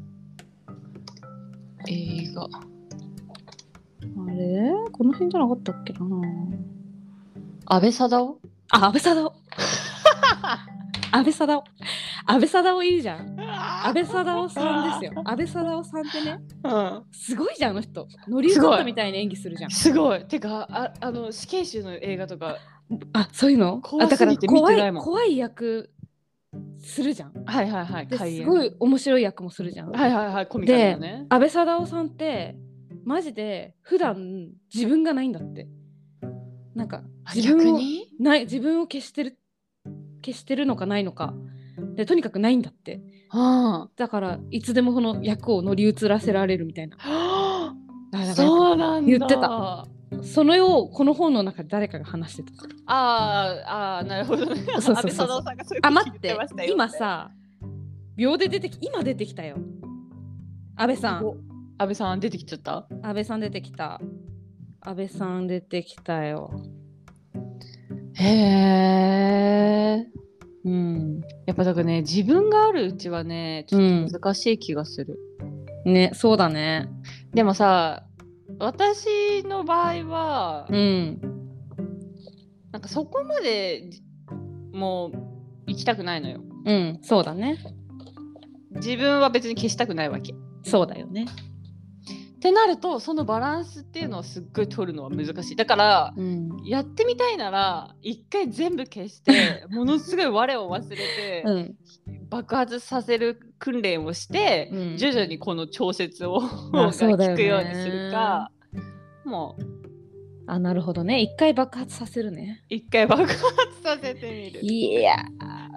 B: 映画。
A: あれこの辺じゃなかったっけな
B: 安倍貞夫
A: あ、安倍貞 夫安倍貞夫安倍貞夫いいじゃん。安倍貞夫さん ですよ。安倍貞夫さんってね、
B: うん。
A: すごいじゃん、あの人。乗り移ったみたいな演技するじゃん。
B: すごい。てか、ああの死刑囚の映画とか。
A: あ、そういうの
B: 怖
A: あだから
B: すぎて見て
A: 怖
B: ない
A: い
B: もん
A: 怖い役するじゃん。
B: はいはいはい。
A: です
B: 開演
A: ごい面白い役もするじゃん。
B: はいはいはい。コミカルだよね。
A: 安倍貞夫さんってマジで普段自分がないんだってなんか自
B: 逆
A: 分を
B: に
A: ない自分を消してる消してるのかないのかでとにかくないんだって
B: は
A: だからいつでもこの役を乗り移らせられるみたいな
B: あ。
A: あだから
B: そうなんだ。
A: 言ってた
B: あ
A: それをこの本の中で誰かが話してた
B: ーあー、なるほどね。
A: そうそうそう
B: 安倍貞夫さんがそういうこ
A: あ
B: と
A: 待っ
B: 言
A: て
B: ましたよ
A: 今。さ秒で出てき今出てきたよ安倍さん
B: お安倍さん出てきちゃった。
A: 安倍さん出てきた安倍さん出てきたよ
B: へえ。うん。やっぱだからね、自分があるうちはね、ちょっと難しい気がする。
A: ねそうだね
B: でもさ、私の場合は、
A: うん
B: なんかそこまでじもう行きたくないのよ。
A: うん、そうだね。
B: 自分は別に消したくないわけ。っ
A: そうだよね。
B: てなると、そのバランスっていうのはすっごい取るのは難しい。だから、
A: うん。
B: やってみたいなら、一回全部消 して、ものすごい我を忘れて、
A: うん。
B: 爆発させる訓練をして、
A: うん
B: 徐々にこの調節を
A: ま
B: が
A: あそうだよね
B: 効くようにするかもう
A: あ、なるほどね。一回爆発させるね。
B: 一回爆発させてみる
A: いや。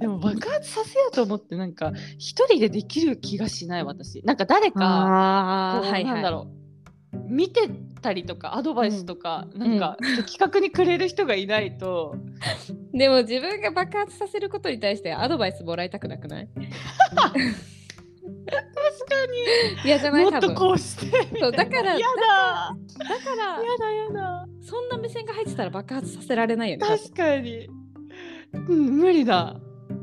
B: でも爆発させようと思ってなんか一人でできる気がしない私なんか誰か
A: ああ、
B: こう
A: はい
B: なん
A: は
B: だ
A: い。
B: ろう見てたりとかアドバイスとか、なんか的確にくれる人がいないと、
A: でも自分が爆発させることに対してアドバイスもらいたくなくない
B: 確
A: いやじゃ
B: か
A: ない
B: にも
A: 多
B: っと
A: 分。
B: こうしてみた
A: そ
B: いうな
A: だからだ
B: やだ
A: から
B: やだやだ
A: そんな目線が入ってたら爆発させられないよね。
B: 確かに、うん、無理だ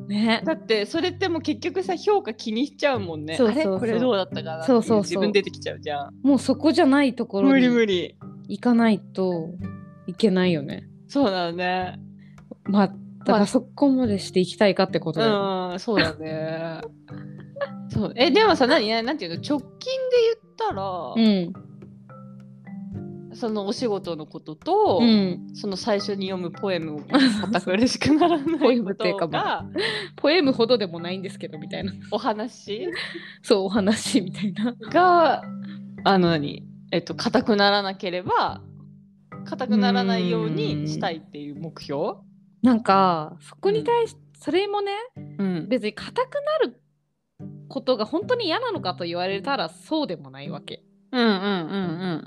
A: ね。
B: だってそれってもう結局さ評価気にしちゃうもんね
A: そうそうそう
B: あれこれどうだったかなってい
A: そうそうそう
B: 自分出てきちゃうじゃん
A: もうそこじゃないところ
B: 無理
A: に
B: 無理
A: 行かないといけないよね。
B: そうだね
A: まあだからそこまでしていきたいかってことだよね。
B: うんそうだね そうえでもさ何なんていうの直近で言ったら、
A: うん。
B: そのお仕事のことと、
A: うん。
B: その最初に読むポエムを全く嬉しくならな
A: ポエ
B: い
A: ム
B: こ
A: っていう
B: と
A: かま
B: が
A: ポエムほどでもないんですけどみたいな。
B: お話
A: そうお話みたいな。
B: があの何えっと硬くならなければ硬くならないようにしたいっていう目標
A: なんかそこに対し、それもね
B: うん
A: 別に硬くなることが本当に嫌なのかと言われたらそうでもないわけ
B: うんうんう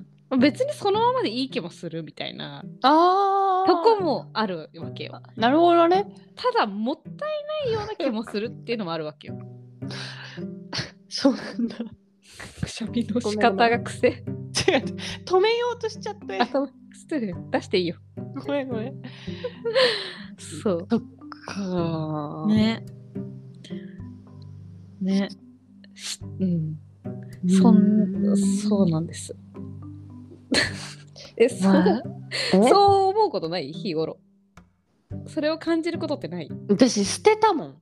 B: ん
A: 別にそのままでいい気もするみたいな
B: あー
A: とこもあるわけよ
B: なるほどね
A: ただもったいないような気もするっていうのもあるわけ よ
B: そうなんだ
A: くしゃみの仕方が癖
B: 違う止めようとしちゃって
A: 頭失礼出していいよ
B: ごめんごめん
A: そ
B: そっか
A: うねねしうんそんそうなん です。え、そう、
B: まあ
A: そ
B: そ
A: う
B: う
A: 思うことない日頃。それを感じることってない
B: 私捨てたもん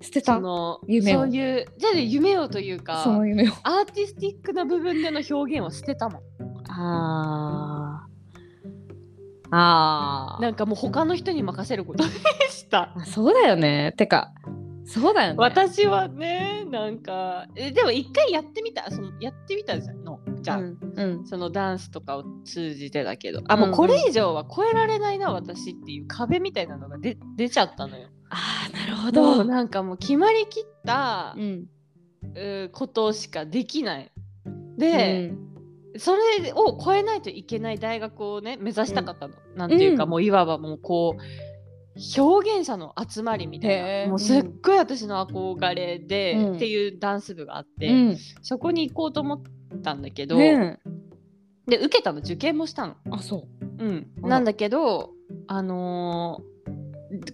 A: 捨てた
B: その
A: 夢を
B: そういうじゃあね夢をというか
A: その夢を。
B: アーティスティックな部分での表現を捨てたもん
A: ああ。あ
B: なんかもう他の人に任せることに した
A: あ。そうだよね。てか、そうだよね。
B: 私はねなんかえでも一回やってみたそのやってみたじゃんのじゃん、
A: うん、うん。
B: そのダンスとかを通じてだけどあ
A: うんうん
B: もうこれ以上は超えられないな私っていう壁みたいなのがで出ちゃった のよ。
A: ああ、なるほ
B: も
A: ど。
B: うなんかもう決まりきった、
A: うん。
B: うーことしかできない。で、それを超えないといけない大学をね目指したかったの。なんていうか、
A: うん
B: もういわばもうこう表現者の集まりみたい
A: へ
B: な
A: ー
B: もうすっごい私の憧れで、
A: うん
B: っていうダンス部があって、
A: うん。うん。
B: そこに行こうと思ったんだけど、
A: ねえ
B: で受けたの受験もしたの。
A: あ、そ
B: うん、
A: あら
B: なんだけどあのー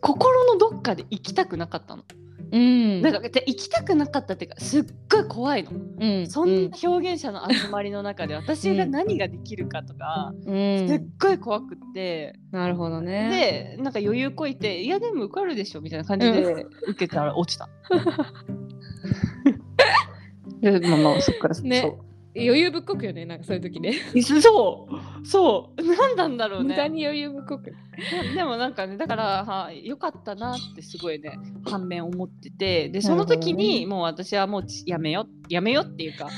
B: 心のどっかで行きたくなかったの。
A: うん
B: なんかで行きたくなかったっていうかすっごい怖いの。
A: うん
B: そんな表現者の集まりの中で私が何ができるかとか、
A: うん
B: すっごい怖くって、
A: なるほどね。
B: でなんか余裕こいて「いやでも受かるでしょ」みたいな感じで受けたら落ちた。 でまあまあそっから、
A: ね余裕ぶっこくよねなんかそういう時ね。
B: そうそうそう何なんだろう
A: 無駄
B: ね
A: に余裕ぶっこく。
B: でもなんかねだからは良かったなってすごいね反面思っててでその時にもう私はもうちやめよやめよっていうか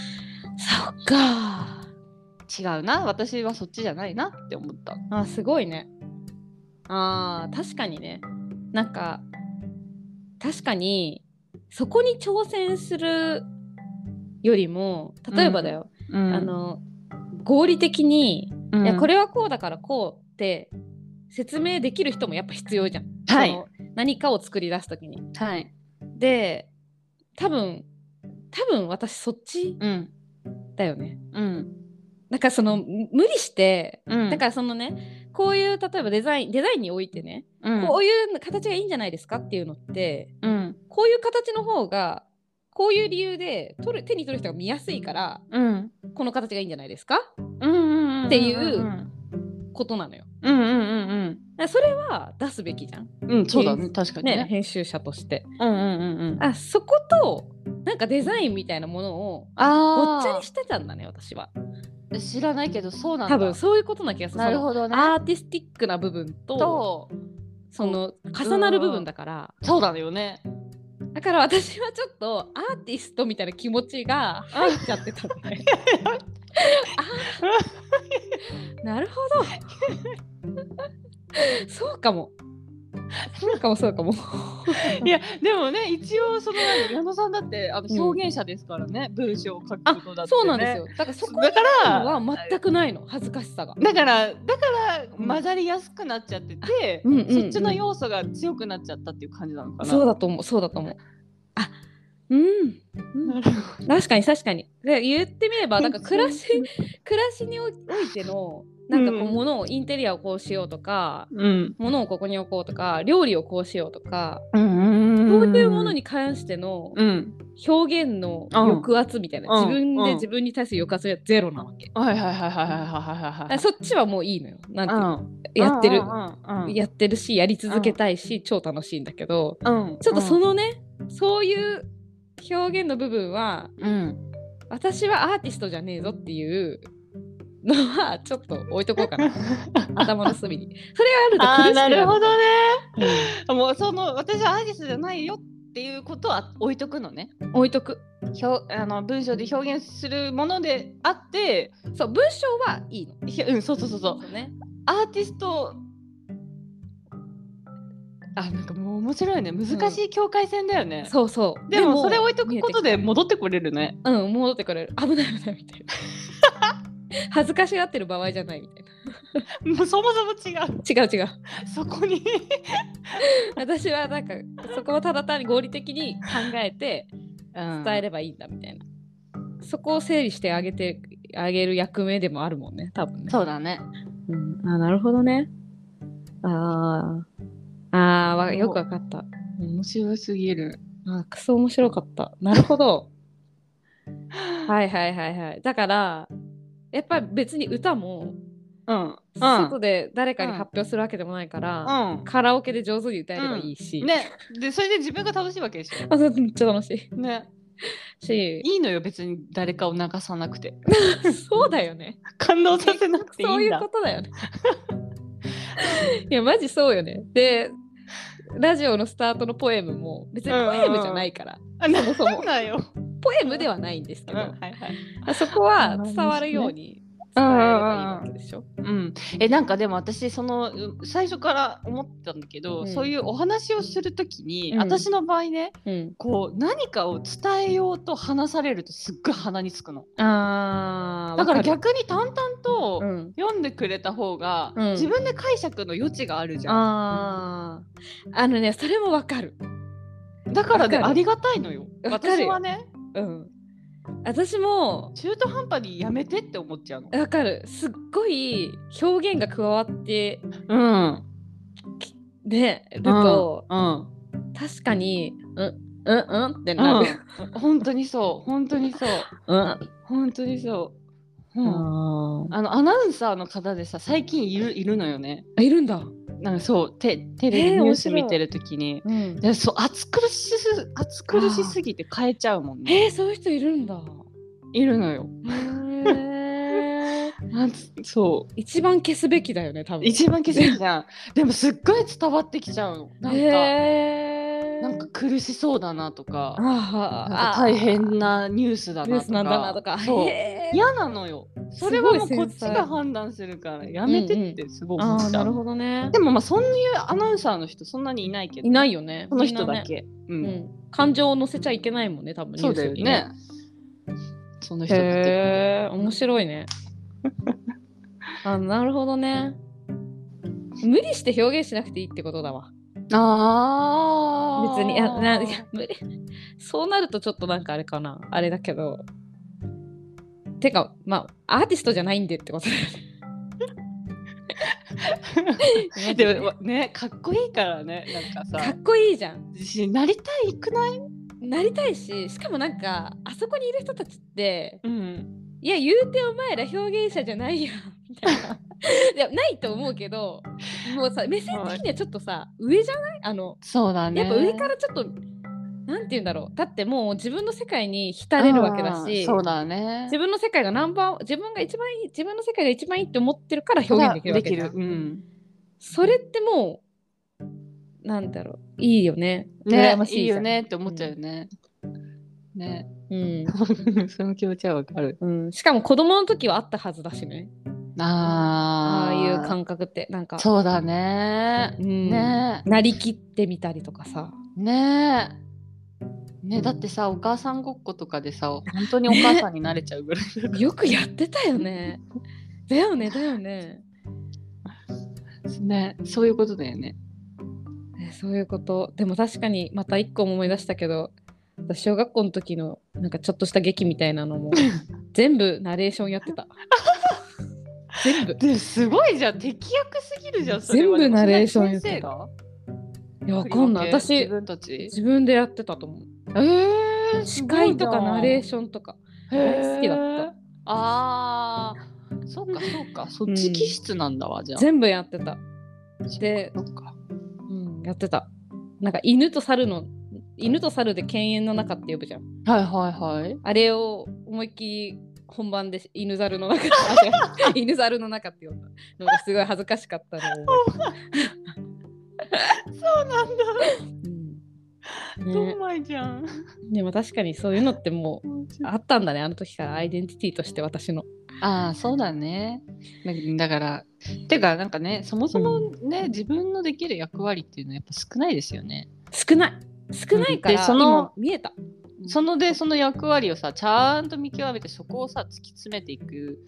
A: そっか。
B: 違うな私はそっちじゃないなって思った。
A: あすごいね。あー確かにね。なんか確かにそこに挑戦するよりも例えばだよ、
B: うん
A: あの合理的に、
B: うん
A: いやこれはこうだからこうって説明できる人もやっぱ必要じゃん。
B: はい
A: その何かを作り出す時に。
B: はい、
A: で多分多分私そっち
B: うん
A: だよね。
B: うん
A: なんかそのむ無理して
B: うん、
A: だからそのねこういう例えばデザインデザインにおいてね、
B: うん、
A: こういう形がいいんじゃないですかっていうのって
B: うん
A: こういう形の方がこういう理由で取る手に取る人が見やすいから
B: うん
A: この形がいいんじゃないですか
B: うん
A: っていう
B: うん
A: ことなのよ。
B: うんうん
A: だからそれは出すべきじゃん、
B: うんうんそうだね確かにね
A: ね、編集者として。
B: うんうんうんうん
A: あそことなんかデザインみたいなものをご
B: あ
A: っちゃに
B: ー
A: してたんだね私は。
B: 知らないけどそうなんだ
A: 多分そういうことな気がする。
B: なるほど
A: その
B: ね
A: アーティスティックな部分と
B: と
A: その重なる部分だから、
B: そうなのよね
A: だから私はちょっとアーティストみたいな気持ちが入っちゃってたのね。あーなるほど。そうかも。そうかもそうかも。
B: いやでもね一応その何矢野さんだってあの表現者ですからね、文章を書くことだって、ね、
A: そうなんですよ。だからそこ
B: だから
A: は全くないの恥ずかしさが。
B: だからだから
A: うん
B: 混ざりやすくなっちゃってて、
A: うんうんうん
B: そっちの要素が強くなっちゃったっていう感じなのかな
A: そうだと思うそうだと思う。あうん
B: なるほ
A: 確かに確かに。で言ってみれば
B: ど
A: なんか暮らし暮らしにおいてのなんかこう
B: うん
A: ものをインテリアをこうしようとか。
B: うん
A: 物をここに置こうとか料理をこうしようとか、
B: うん
A: そういうものに関しての
B: うん
A: 表現の
B: うん
A: 抑圧みたいな、
B: うん
A: 自分
B: うん
A: で自分に対する抑圧はゼロなわけ、
B: はいはいはいはいはいはいはいはい
A: そっちはもういいのよなんていうの、
B: うん
A: やってる
B: う、んうん
A: やってるしやり続けたいし、超楽しいんだけど
B: うん
A: ちょっとそのね、そういう表現の部分は
B: うん
A: 私はアーティストじゃねえぞっていうのはちょっと置いとこうか な頭の隅にそれがあ
B: あ
A: ると
B: ー
A: 苦しくな
B: な
A: る
B: るほどね
A: う
B: もうその私はアーティストじゃないよっていうことは置いとくのね
A: ん置いとく
B: 表あの文章で表現するものであって
A: そう文章はいいの
B: ひうんそうそうそうそう
A: うね
B: アーティストあなんかもう面白いね難しい境界線だよね、
A: そうそう。
B: でもそれ置いとくことで
A: 見えて
B: 戻ってこれるね
A: きたうん、戻ってくれる。危ない危ないみたいな。 恥ずかしがってる場合じゃないみたい
B: もうそもそも違う
A: な。違う違う。
B: そこに
A: 私はなんか、そこをただ単に合理的に考えて
B: 伝
A: 伝えればいいんだみたいな。そこを整理してあげてあげる役目でもあるもんね、多分ね。
B: そうだね
A: うん、あなるほどね。ああ。ああわ、よくわかった。
B: 面白すぎる
A: あークソ面白かった。なるほ ど。はいはいはいはい。だから、やっぱり別に歌も
B: うんうん
A: 外で誰かに発表するわけでもないから、カラオケで上手に歌えればいいし、
B: うんねでそれで自分が楽しいわけでし
A: あそうめっちゃ楽し
B: ょね
A: いし
B: いいのよ別に誰かを流さなくて
A: そうだよね
B: 感動させなくて い
A: そうい
B: いん
A: う
B: だ
A: ことだよね いやマジそうよねでラジオのスタートのポエムも別にポエムじゃないから、
B: あな
A: そもそも
B: なんだよ、
A: ポエムではないんですけ
B: うん、
A: ど、
B: はいはい
A: あそこは伝わるように伝えればいいわけでしょ、
B: うん、えなんかでも私そのう最初から思ってたんだけど、
A: うん
B: そういうお話をするときに、
A: うん
B: 私の場合ね
A: うん
B: こう何かを伝えようと話されるとすっごい鼻につくの
A: あー
B: だから
A: わる
B: 逆に淡々と
A: うん
B: 読んでくれた方が、
A: うん
B: 自分で解釈の余地があるじゃん
A: あーあのねそれもわかる
B: だからね
A: わかる
B: ありがたいのよ
A: わかる
B: 私
A: よ
B: はね
A: うん私も
B: 中途半端にやめてって思っちゃうの
A: わかるすっごい表現が加わって
B: うん
A: きでると、
B: うん
A: 確かにうんうんうんってなる、
B: 本当にそう本当にそう
A: うん
B: 本当にそう、うん
A: あ
B: あのアナウンサーの方でさ最近いるいるのよね
A: ーいるんだ、
B: なんかそうテテレビ
A: えー
B: ニュー
A: 面
B: ス
A: 白い
B: 見てる時に、
A: うん、
B: でそう暑苦しす暑苦しすぎて変えちゃうもんね
A: えー、そういう人いるんだ
B: いるのよ
A: へー
B: 暑そう
A: 一番消すべきだよね多分
B: 一番気づいじゃんでもすっごい伝わってきちゃうのなんか、
A: へー
B: なんか苦しそうだなとかなん
A: あ
B: か
A: ーあー
B: 大変なニュースだ
A: ニュ
B: な
A: ー
B: と
A: ス
B: か
A: なんだなとか
B: そう
A: へー
B: 嫌なのよそれはもう
A: す
B: こ
A: ごい
B: っ
A: 繊
B: ち
A: 細
B: が判断するからやめてってすごい
A: あ
B: 思っ
A: ー
B: ちゃ
A: な
B: う、
A: るほどね
B: でもまあそういうアナウンサーの人そんなにいないけど
A: いないよね
B: この人だ
A: みん
B: け、う
A: なね
B: ん
A: うん、感情を乗せちゃいけないもんね多分
B: そうだよ
A: ニュースに
B: ねその人だけ
A: へえ面白い ねあなるほどね無理して表現しなくていいってことだわ
B: あー
A: 別にいやないや無理そうなるとちょっとなんかあれかなあれだけどてかまあアーティストじゃないんでってことだよ ね
B: でもねかっこいいからねなんか
A: か
B: さ
A: っこいいじゃん
B: 自信なりたいくない、
A: なりたいししかもなんかあそこにいる人たちって
B: うん、
A: いや言うてお前ら表現者じゃないやん みた いないやないと思うけどもうさ目線的にはちょっとさ上じゃないあの
B: そうだね
A: やっぱ上からちょっとなんて言うんだろうだってもう自分の世界に浸れるわけだ
B: あー
A: し
B: そうだね
A: 自分の世界がナンバー自分が一番いい自分の世界が一番いいって思ってるから表現できるわけじゃん
B: できるうん
A: それってもうなんだろういいよね
B: ね
A: 羨ましい
B: いい
A: じゃん
B: よねって思っちゃうよね、ね
A: うん
B: その気持ちはわかる
A: うん、しかも子供の時はあったはずだしねあ
B: あ
A: あ
B: ー
A: いう感覚ってなんか
B: そうだね
A: うん
B: ね
A: なりきってみたりとかさ
B: ねえねだってさお母さんごっことかでさ本当にお母さんになれちゃうぐらいだか
A: よくやって たよねだよねだよね
B: らねそういうことだよね
A: ねそういうことでも確かにまた一個思い出したけど私小学校の時のなんかちょっとした劇みたいなのも全部ナレーションやってた全部
B: ですごいじゃん適役すぎるじゃんそれは
A: 全部ナレーション言
B: でも
A: っ
B: それ
A: てた
B: は
A: いやわ
B: 先生が
A: かんない
B: 自
A: 私
B: 分たち
A: 自分でやってたと思
B: えー
A: う司会とかナレー
B: シ
A: ションとか
B: ョ
A: 大好きだった
B: あーそっかそっかそっち気質なんだわ、じゃあ
A: 全部やってた、で
B: そっか
A: うん、やってたなんか犬と猿の犬と猿で犬猿の中って呼ぶじゃん
B: はいはいはい
A: あれを思いっきり本番で犬猿の中あ違う犬猿の中って呼んだのがすごい恥ずかしかったのを覚
B: そうなんだ
A: えて る、うん
B: ど
A: ね
B: ん、まいじゃん
A: でも確かにそういうのってもうあったんだねあの時からアイデンティティとして私の
B: ああそうだねだだからてかなんかねそもそもね、自分のできる役割っていうのはやっぱ少ないですよね
A: 少ない少ないから
B: でその
A: 今見えた
B: そのでその役割をさちゃんと見極めてそこをさ突き詰めていく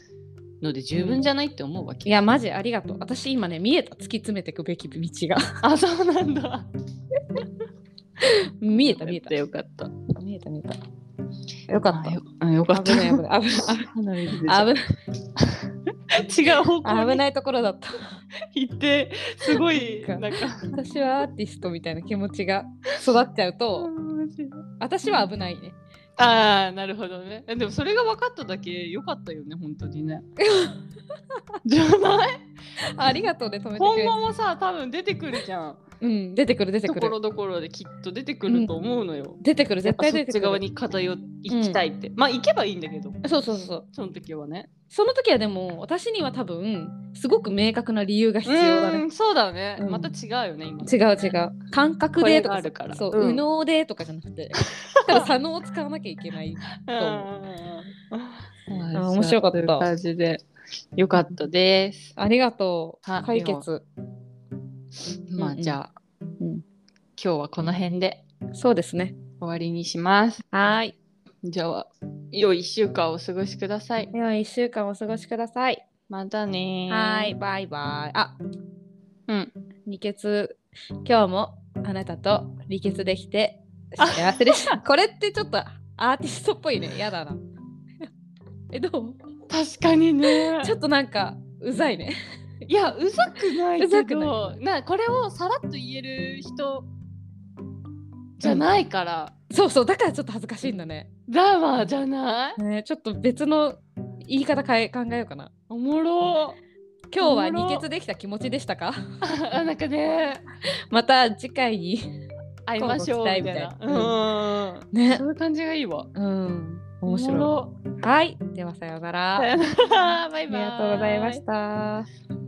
B: ので十分じゃないって思うわけ、
A: いやマジありがとう私今ね見えた突き詰めていくべき道 が
B: あそうなんだ
A: 見えた見えた
B: よかった
A: 見えた見えたよかっ
B: あ
A: た
B: よあよかった
A: 危 ない危ない危ない
B: 離れて出ちゃ
A: 危ない
B: う違う方向
A: 危
B: に
A: ないところだった。
B: 行ってすごい
A: そ
B: な
A: っ
B: ん
A: か
B: か
A: 私はアーティストみたいな気持ちが育っちゃうと、私は危ないね。
B: ああなるほどねえでもそれが分かっただけよかったよね本当 にねじゃない
A: ありがとうね、止めてく
B: 今
A: れて
B: 後もさ多分出てくるじゃん
A: うん、出てくる、出て
B: と
A: く
B: こ
A: る。
B: ろどころできっと出てくると思うのよ、
A: 出てくる、
B: やっ
A: 絶
B: ぱ
A: 対
B: そっ
A: 出て
B: ち
A: く
B: 側
A: る。
B: に偏って行きたいって、まあ行けばいいんだけど
A: そうそうそうそう。
B: その時はね
A: その時はでも、私には多分、すごく明確な理由が必要だ
B: う
A: ね。
B: んそうだね、
A: うん
B: また違うよね今
A: 違う違う。感覚
B: これ
A: でと
B: が
A: か
B: あるから
A: そう、
B: うん
A: 右脳でとかじゃなくて、だから左脳を使わなきゃいけない。
B: うんうんうん
A: あー面白かった
B: そういう感じでよかったです、
A: ありがとう。
B: あ
A: 解決。
B: まあじゃあ、
A: うん
B: 今日はこの辺で
A: そうですね。
B: 終わりにします
A: はーい。
B: じゃあ良い1週間をお過ごしください
A: では、1週間お過ごしください。
B: またねー
A: はーい、バイバイ。あ、
B: うん。
A: 二血、今日もあなたと離血できて幸せでした。 これってちょっとアーティストっぽいね。やだな。 え、どう
B: 確かにね
A: ちょっとなんかうざいね。
B: いやうざくな
A: う
B: い
A: ざ
B: け
A: くな
B: どなこれをさらっと言える人じゃないから、
A: そうそうだからちょっと恥ずかしいんだね。
B: だわじゃない
A: ねちょっと別の言い方変え考えようかな。
B: おもろ
A: 今日は
B: おもろ
A: 二血できた気持ちでしたか
B: あなんかね
A: また次回に。
B: 会いましょうみたいな
A: 乞うご期待みたいな
B: うん
A: ね
B: そ。ういう感じがいいわ
A: うん。面
B: お
A: 白
B: もろ
A: い。はい。ではさようなら。
B: さよならバイバイ
A: ありがとうございました。